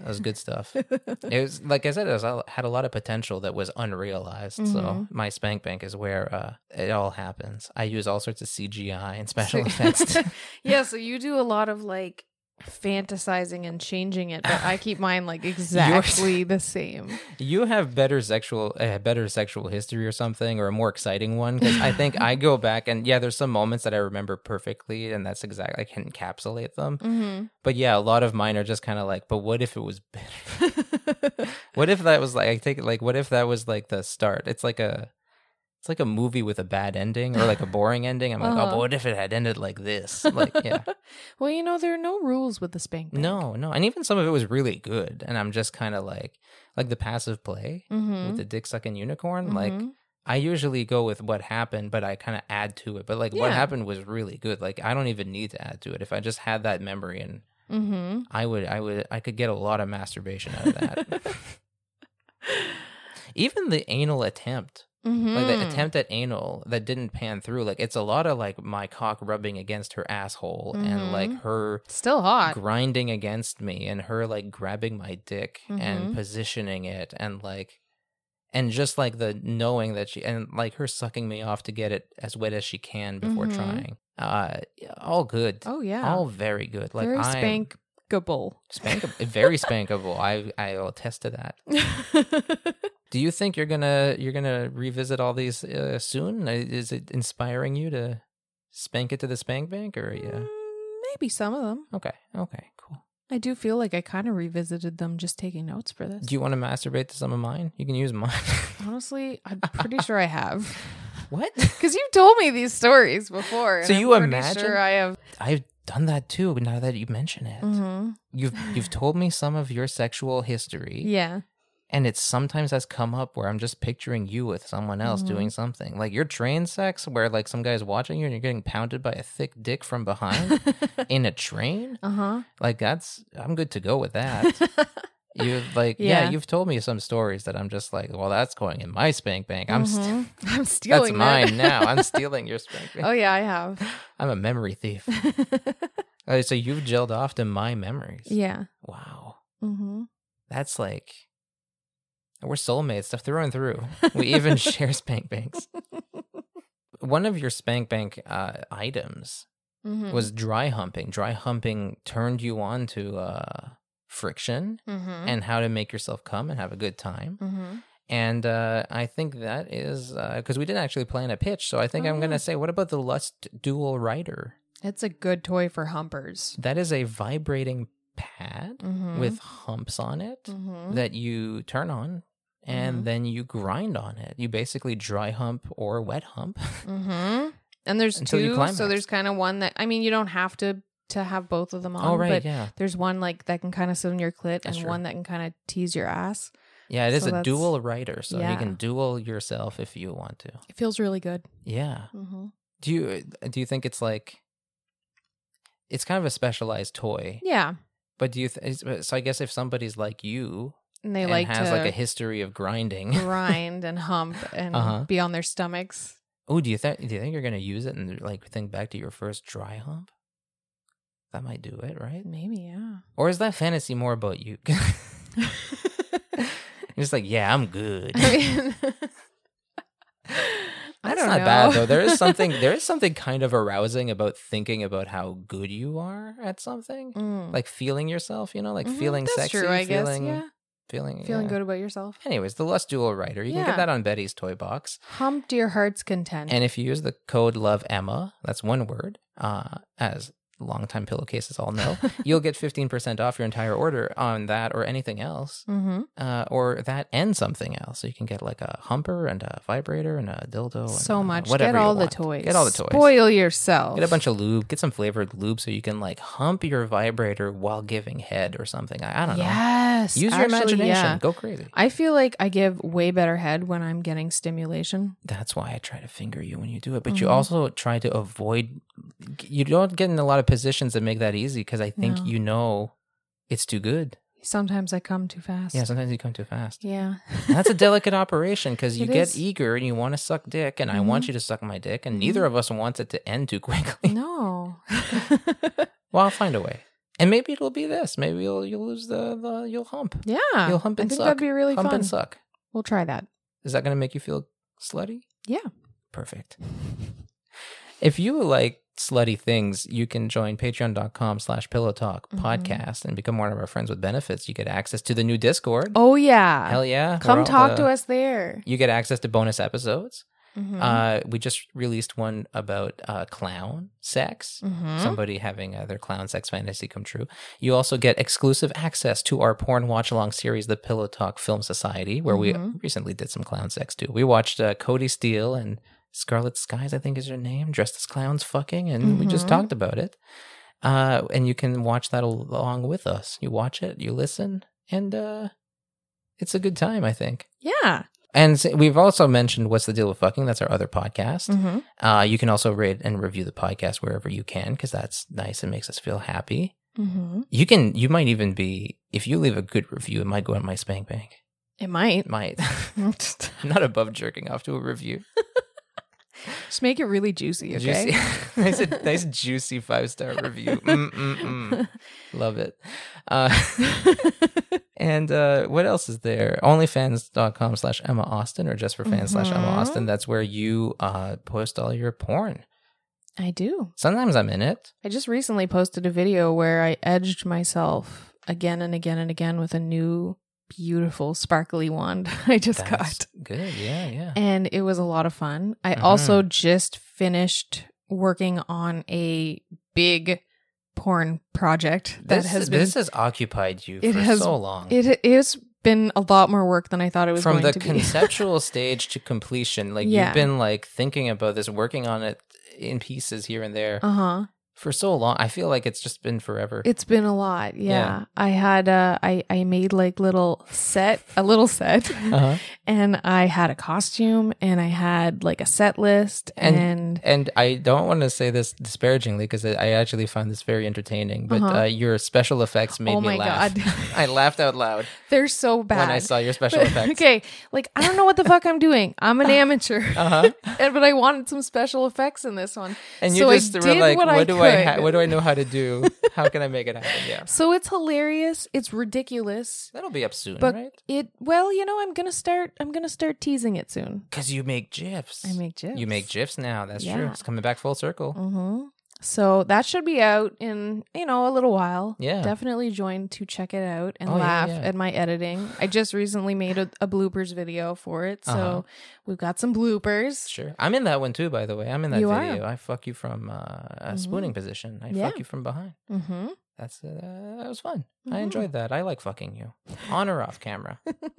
That was good stuff. it was like I said, it was, all- had a lot of potential that was unrealized. So Mhm. my spank bank is where uh, it all happens. I use all sorts of CGI and special So- effects. to- yeah, so you do a lot of like fantasizing and changing it, but I keep mine like exactly the same. you have better sexual, uh, better sexual history or something, or a more exciting one. Because I think I go back and yeah, there's some moments that I remember perfectly, and that's exactly I can encapsulate them. Mm-hmm. But yeah, a lot of mine are just kind of like, but what if it was better? What if that was like I think like what if that was like the start? It's like a it's like a movie with a bad ending or like a boring ending. I'm like, oh, Uh-huh. but what if it had ended like this? Like, yeah, well, you know, there are no rules with the spank. no, no. And even some of it was really good, and I'm just kind of like, like the passive play Mm-hmm. with the dick sucking unicorn. Like, I usually go with what happened, but I kind of add to it. But like, what Yeah. happened was really good. Like, I don't even need to add to it. If I just had that memory, and Mm-hmm. I would, I would, I could get a lot of masturbation out of that. even the anal attempt Mm-hmm. like the attempt at anal that didn't pan through like it's a lot of like my cock rubbing against her asshole and like Mhm. her Still hot. grinding against me and her like grabbing my dick and Mhm. positioning it and like and just like the knowing that she and like her sucking me off to get it as wet as she can before Mhm. trying uh all good oh yeah. all very good like Very i spankable. spank very spankable i i'll attest to that do you think you're gonna you're gonna revisit all these uh, soon? Uh, Is it inspiring you to spank it to the spank bank or yeah? Mm, Maybe some of them. Okay, okay, cool. I do feel like I kind of revisited them just taking notes for this. Do you want to masturbate to some of mine? You can use mine. Honestly, I'm pretty sure I have. what? Because you've told me these stories before. and So I'm you pretty imagine- Sure I have. I've done that too. Now that you mention it, Mhm. you've you've told me some of your sexual history, Yeah. and it sometimes has come up where I'm just picturing you with someone else Mhm. doing something like your train sex, where like some guy's watching you and you're getting pounded by a thick dick from behind in a train. uh Like that's I'm good to go with that. huh. You like yeah. Yeah. you've told me some stories that I'm just like, well, that's going in my spank bank. I'm st- Mhm. I'm that's stealing. that. mine now. I'm stealing your spank bank. oh yeah, I have. I'm a memory thief. Uh, so you've gelled off to my memories. yeah. Wow, Mm-hmm. that's like we're soulmates stuff through and through. We even share spank banks. One of your spank bank uh, items Mm-hmm. was dry humping. Dry humping turned you on to uh, friction Mm-hmm. and how to make yourself come and have a good time. mm-hmm. And uh, I think that is because we didn't actually plan a pitch. So I think Oh, I'm going yeah. to say, what about the Lust Dual Rider? It's a good toy for humpers. That is a vibrating pad Mm-hmm. with humps on it mm-hmm. that you turn on and Mhm. then you grind on it. You basically dry hump or wet hump. Mm-hmm. And there's Until you two, climax. so there's kind of one that I mean, you don't have to to have both of them on, oh, right. but Yeah. there's one like that can kind of sit on your clit That's and true. one that can kind of tease your ass. Yeah. It is so a that's- dual rider. So you yeah. can dual yourself if you want to. It feels really good. Yeah. Mm-hmm. Do you, uh, do you think it's like, it's kind of a specialized toy, Yeah, but do you, th- is- uh, so I guess if somebody's like you, and they and like has to like a history of grinding. grind and hump and Uh-huh. be on their stomachs. Oh, do you think do you think you're gonna use it and like think back to your first dry hump? That might do it, right? Maybe, yeah. Or is that fantasy more about you? It's like, yeah, I'm good. I mean, I That's don't not know. bad though. There is something there is something kind of arousing about thinking about how good you are at something. Mm. Like feeling yourself, you know, like Mhm, feeling that's sexy, true, I guess. feeling Yeah, feeling feeling yeah. good about yourself. Anyways, the Lust Dual Rider. You can Yeah. Mm. get that on Betty's toy box. Hump to your heart's content. And if you use the code love Emma, that's one word, uh, as longtime pillowcases all know, you'll get 15% off your entire order on that or anything else, mm-hmm. uh, or that and something else. So you can get like a humper and a vibrator and a dildo. And so uh, much. whatever Get you all the want. toys. Get all the toys. Spoil yourself. Get a bunch of lube. Get some flavored lube so you can like hump your vibrator while giving head or something. I, I don't know. Yes. Use your actually, imagination. yeah. Go crazy. I feel like I give way better head when I'm getting stimulation. that's why I try to finger you when you do it. But you Mhm. also try to avoid. You don't get in a lot of positions that make that easy because I think No. you know it's too good. Sometimes I come too fast. Yeah, sometimes you come too fast. Yeah. And that's a delicate operation because you It get is. Mm-hmm. eager and you want to suck dick, and I want you to suck my dick, and neither of us wants it to end too quickly. no. well, I'll find a way, and maybe it'll be this. Maybe you'll you'll lose the, the you'll hump, yeah. you'll hump I and think suck, that'd be really hump fun. and suck. We'll try that. Is that going to make you feel slutty? Yeah. Perfect. If you like slutty things, you can join patreon.com slash pillow talk Mhm. podcast and become one of our friends with benefits. You get access to the new Discord. Oh yeah. Hell yeah. Come We're all talk the- to us there. You get access to bonus episodes. Mhm. Uh, we just released one about uh, clown sex. Mhm. Somebody having uh, their clown sex fantasy come true. You also get exclusive access to our porn watch along series, The Pillow Talk Film Society, where we Mhm. recently did some clown sex too. We watched uh, Cody Steele and Scarlet Skies, I think is her name, dressed as clowns fucking, and we just Mhm. talked about it. Uh, and you can watch that al- along with us. You watch it, you listen, and uh, it's a good time, I think. Yeah. And s- we've also mentioned What's the Deal with Fucking? That's our other podcast. Mm-hmm. Uh, you can also rate and review the podcast wherever you can because that's nice and makes us feel happy. Mm-hmm. You can, you might even be, if you leave a good review, it might go in my spank bank. It might. It might. I'm not above jerking off to a review. Just make it really juicy, okay? Juicy, nice, nice juicy five star review. Mm, mm, mm. Love it. Uh, And uh, what else is there? OnlyFans.com slash Emma Austin or just for fans slash Emma Mhm. Austin. That's where you uh, post all your porn. I do. Sometimes I'm in it. I just recently posted a video where I edged myself again and again and again with a new beautiful sparkly wand I just That's got. Good. Yeah. Yeah. And it was a lot of fun. I Mm-hmm. also just finished working on a big porn project that this, has been this has occupied you It for has- so long. it has been a lot more work than I thought it was From going the to be. conceptual stage to completion, like Yeah. you've been like thinking about this, working on it in pieces here and there uh-huh. for so long. I feel like it's just been forever. It's been a lot. Yeah. Yeah. I had uh I I made like little set, a little set. uh-huh. and I had a costume and I had like a set list And- and, and I don't want to say this disparagingly because I I actually found this very entertaining. But uh Uh-huh. your special effects made oh me my laugh. god. I laughed out loud They're so bad. when I saw your special effects. okay. Like I don't know what the fuck I'm doing. I'm an amateur. Uh-huh. And- but I wanted some special effects in this one. And you So I just were did like, "What, what I do I? Ha- could." what do I know how to do? How can I make it happen?" Yeah, So it's hilarious. It's ridiculous. that'll be up soon, But- right? It well, you know, I'm gonna start I'm gonna start teasing it soon. Because you make gifs. I make gifs. You make gifs now. That's true. Yeah. It's coming back full circle. Mm-hmm. So that should be out in, you know, a little while. Yeah. Definitely join to check it out and Oh, yeah, laugh yeah. at my editing. I just recently made a, a bloopers video for it. So Uh-huh. we've got some bloopers. Sure. I'm in that one too, by the way. I'm in that You are. video. I fuck you from uh, a Mhm. spooning position. I Yeah. fuck you from behind. Mm-hmm. That's uh, that was fun. I Mhm. enjoyed that. I like fucking you, on or off camera.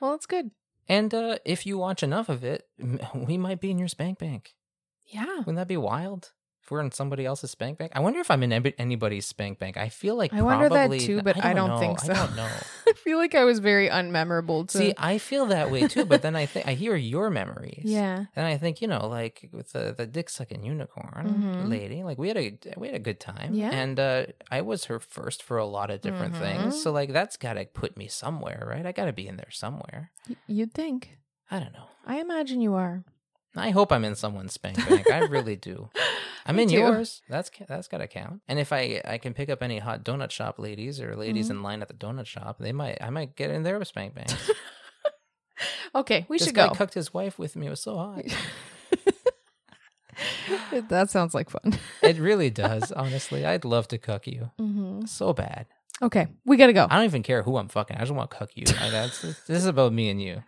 Well, it's good. And uh, if you watch enough of it, m- we might be in your spank bank. Yeah. Wouldn't that be wild? If we're in somebody else's spank bank, I wonder if I'm in any- anybody's spank bank. I feel like I wonder that probably- too, but I don't, know. think so. I don't know. I feel like I was very unmemorable. To, See, I feel that way too, but then I think I hear your memories. yeah. And I think you know, like with the the dick sucking unicorn Mhm. lady, like we had a we had a good time. Yeah. And uh, I was her first for a lot of different things, Mhm. so like that's gotta put me somewhere, right? I gotta be in there somewhere. Y- You'd think. I don't know. I imagine you are. I hope I'm in someone's spank bank. I really do. I'm Me in too. yours. That's ca- that's gotta count. And if I I can pick up any hot donut shop ladies or ladies Mhm. in line at the donut shop, they might I might get in their spank bank. Okay, we this should guy go. cucked his wife with me. It was so hot. that sounds like fun. It really does. Honestly, I'd love to cuck you Mm-hmm. so bad. Okay, we got to go. I don't even care who I'm fucking. I just want to cuck you. I, that's, this is about me and you.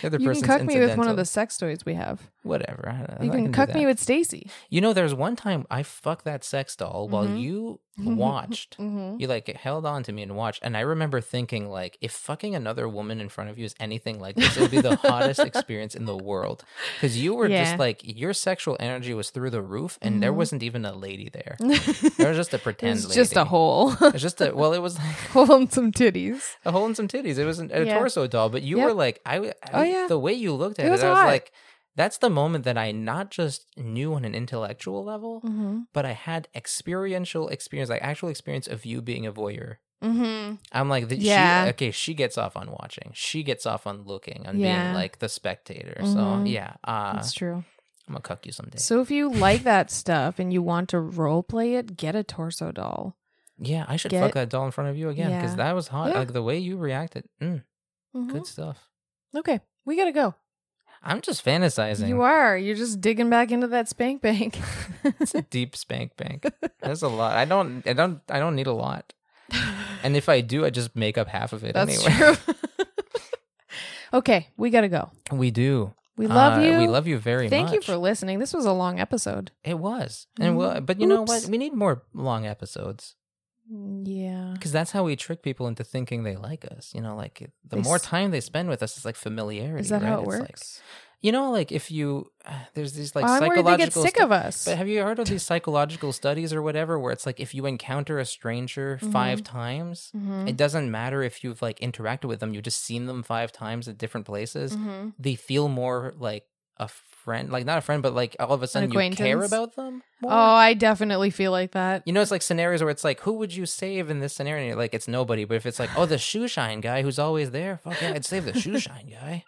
The other You can person's cuck me with one of incidental. the sex toys we have. whatever. I, don't- You I can, do cuck me that. with Stacy. You know, there's one time I fucked that sex doll while you watched. Mm-hmm. You like held on to me and watched, and I remember thinking like, if fucking another woman in front of you is anything like this, it would be the hottest experience in the world. Because you were Yeah. just like your sexual energy was through the roof, and there Mhm. wasn't even a lady there. There it's was just a pretend. lady. just a hole. It's just a well, it was like hole and some titties. a hole and some titties. It wasn't a Yeah. torso doll, but you Yep. were like, I, w- I- Oh, yeah. the way you looked at It it, was I was hot. like, that's the moment that I not just knew on an intellectual level, Mm-hmm. but I had experiential experience, like actual experience of you being a voyeur. Mm-hmm. I'm like, th- Yeah. she, okay, she gets off on watching. She gets off on looking, on Yeah. being like the spectator. So Mhm. yeah, uh, That's true. I'm gonna cuck you someday. So if you like that stuff and you want to role play it, get a torso doll. yeah, I should Get- fuck that doll in front of you again because Yeah. that was hot. Yeah. Like the way you reacted, mm, Mhm. good stuff. Okay, we gotta go. I'm just fantasizing. You are. You're just digging back into that spank bank. it's a deep spank bank. There's a lot. I don't. I don't. I don't need a lot. And if I do, I just make up half of it That's anyway. true. okay, we gotta go. We do. We love Uh, you. We love you very Thank much. you for listening. This was a long episode. It was. And well, but you know what? Oops. We need more long episodes Mm, Yeah. because that's how we trick people into thinking they like us. You know, like the They more s- time they spend with us, it's like familiarity. Is that right? how it It's like- works? you know, like if you, there's these like Oh, I'm worried psychological. they get sick stu- of us. But have you heard of these psychological studies or whatever where it's like if you encounter a stranger five Mm-hmm. times, Mhm. it doesn't matter if you've like interacted with them, you've just seen them five times at different places. Mhm. They feel more like a friend, like not a friend, but like all of a sudden you care acquaintance? about them. Oh, More. I definitely feel like that. You know, it's like scenarios where it's like, who would you save in this scenario? And you're like, it's nobody. But if it's like, oh, the shoe shine guy who's always there, fuck yeah, I'd save the shoe shine guy.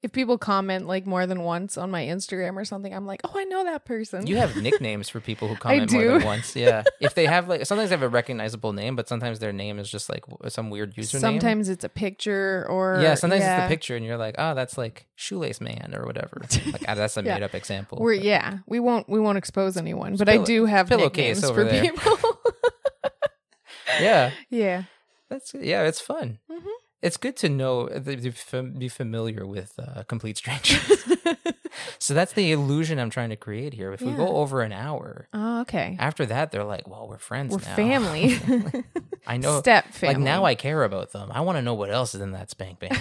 If people comment like more than once on my Instagram or something, I'm like, oh, I know that person. You have nicknames for people who comment more do. than once. Yeah. If they have like, sometimes they have a recognizable name, but sometimes their name is just like w- some weird username. sometimes it's a picture or Yeah, sometimes it's yeah. the picture, and you're like, oh, that's like Shoelace Man or whatever. Like, ah, that's a Yeah. made up example. We're but- yeah, we won't we won't expose anyone, but I Pillow- do have pillowcase nicknames over for there. people. Yeah. yeah, That's yeah, it's fun. Mhm. It's good to know to fam- be familiar with uh, complete strangers. so that's the illusion I'm trying to create here. If we Yeah. go over an hour, oh, okay, after that they're like, "Well, we're friends we're now. family, I know. step family. Like now I care about them. I want to know what else is in that spank bank.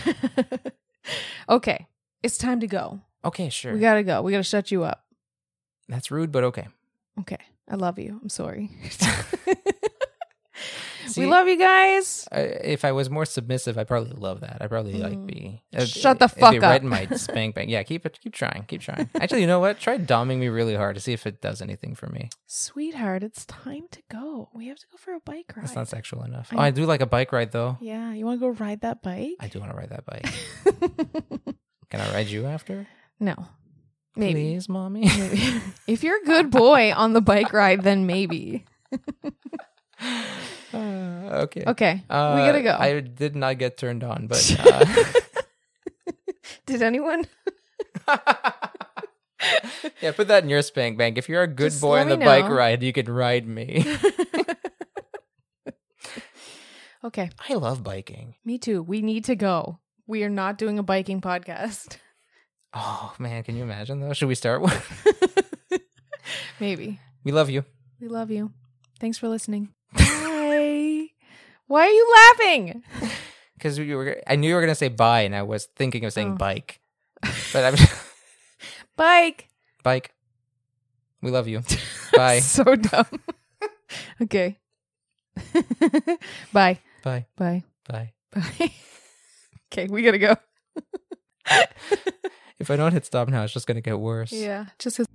okay, it's time to go. Okay, sure. We gotta go. We gotta shut you up. that's rude, but okay. Okay, I love you. I'm sorry. See, we love you guys. I, if I was more submissive, I probably love that. I probably like Mm. be uh, Shut the it'd fuck be up. Right in my spank bank. Yeah, keep it. Keep trying. Keep trying. Actually, you know what? Try doming me really hard to see if it does anything for me. Sweetheart, it's time to go. We have to go for a bike ride. That's not sexual enough. I- oh, I do like a bike ride though. yeah, you want to go ride that bike? I do want to ride that bike. Can I ride you after? no. Maybe. Please, mommy. Maybe. if you're a good boy on the bike ride, then maybe. Uh, okay. Okay. we Uh, gotta go. I did not get turned on, but uh, Did anyone? yeah, put that in your spank bank. If you're a good Just boy let on the me bike know. ride, you can ride me. okay. I love biking. Me too. We need to go. We are not doing a biking podcast. Oh man, can you imagine though? Should we start one? Maybe. we love you. We love you. Thanks for listening. Bye. Why are you laughing? Because you were I knew you were gonna say bye and I was thinking of saying Oh. bike. But I'm Bike. bike. We love you. Bye. so dumb. okay. Bye. Bye. Bye. Bye. Bye. okay, we gotta go. If I don't hit stop now, it's just gonna get worse. Yeah. Just hit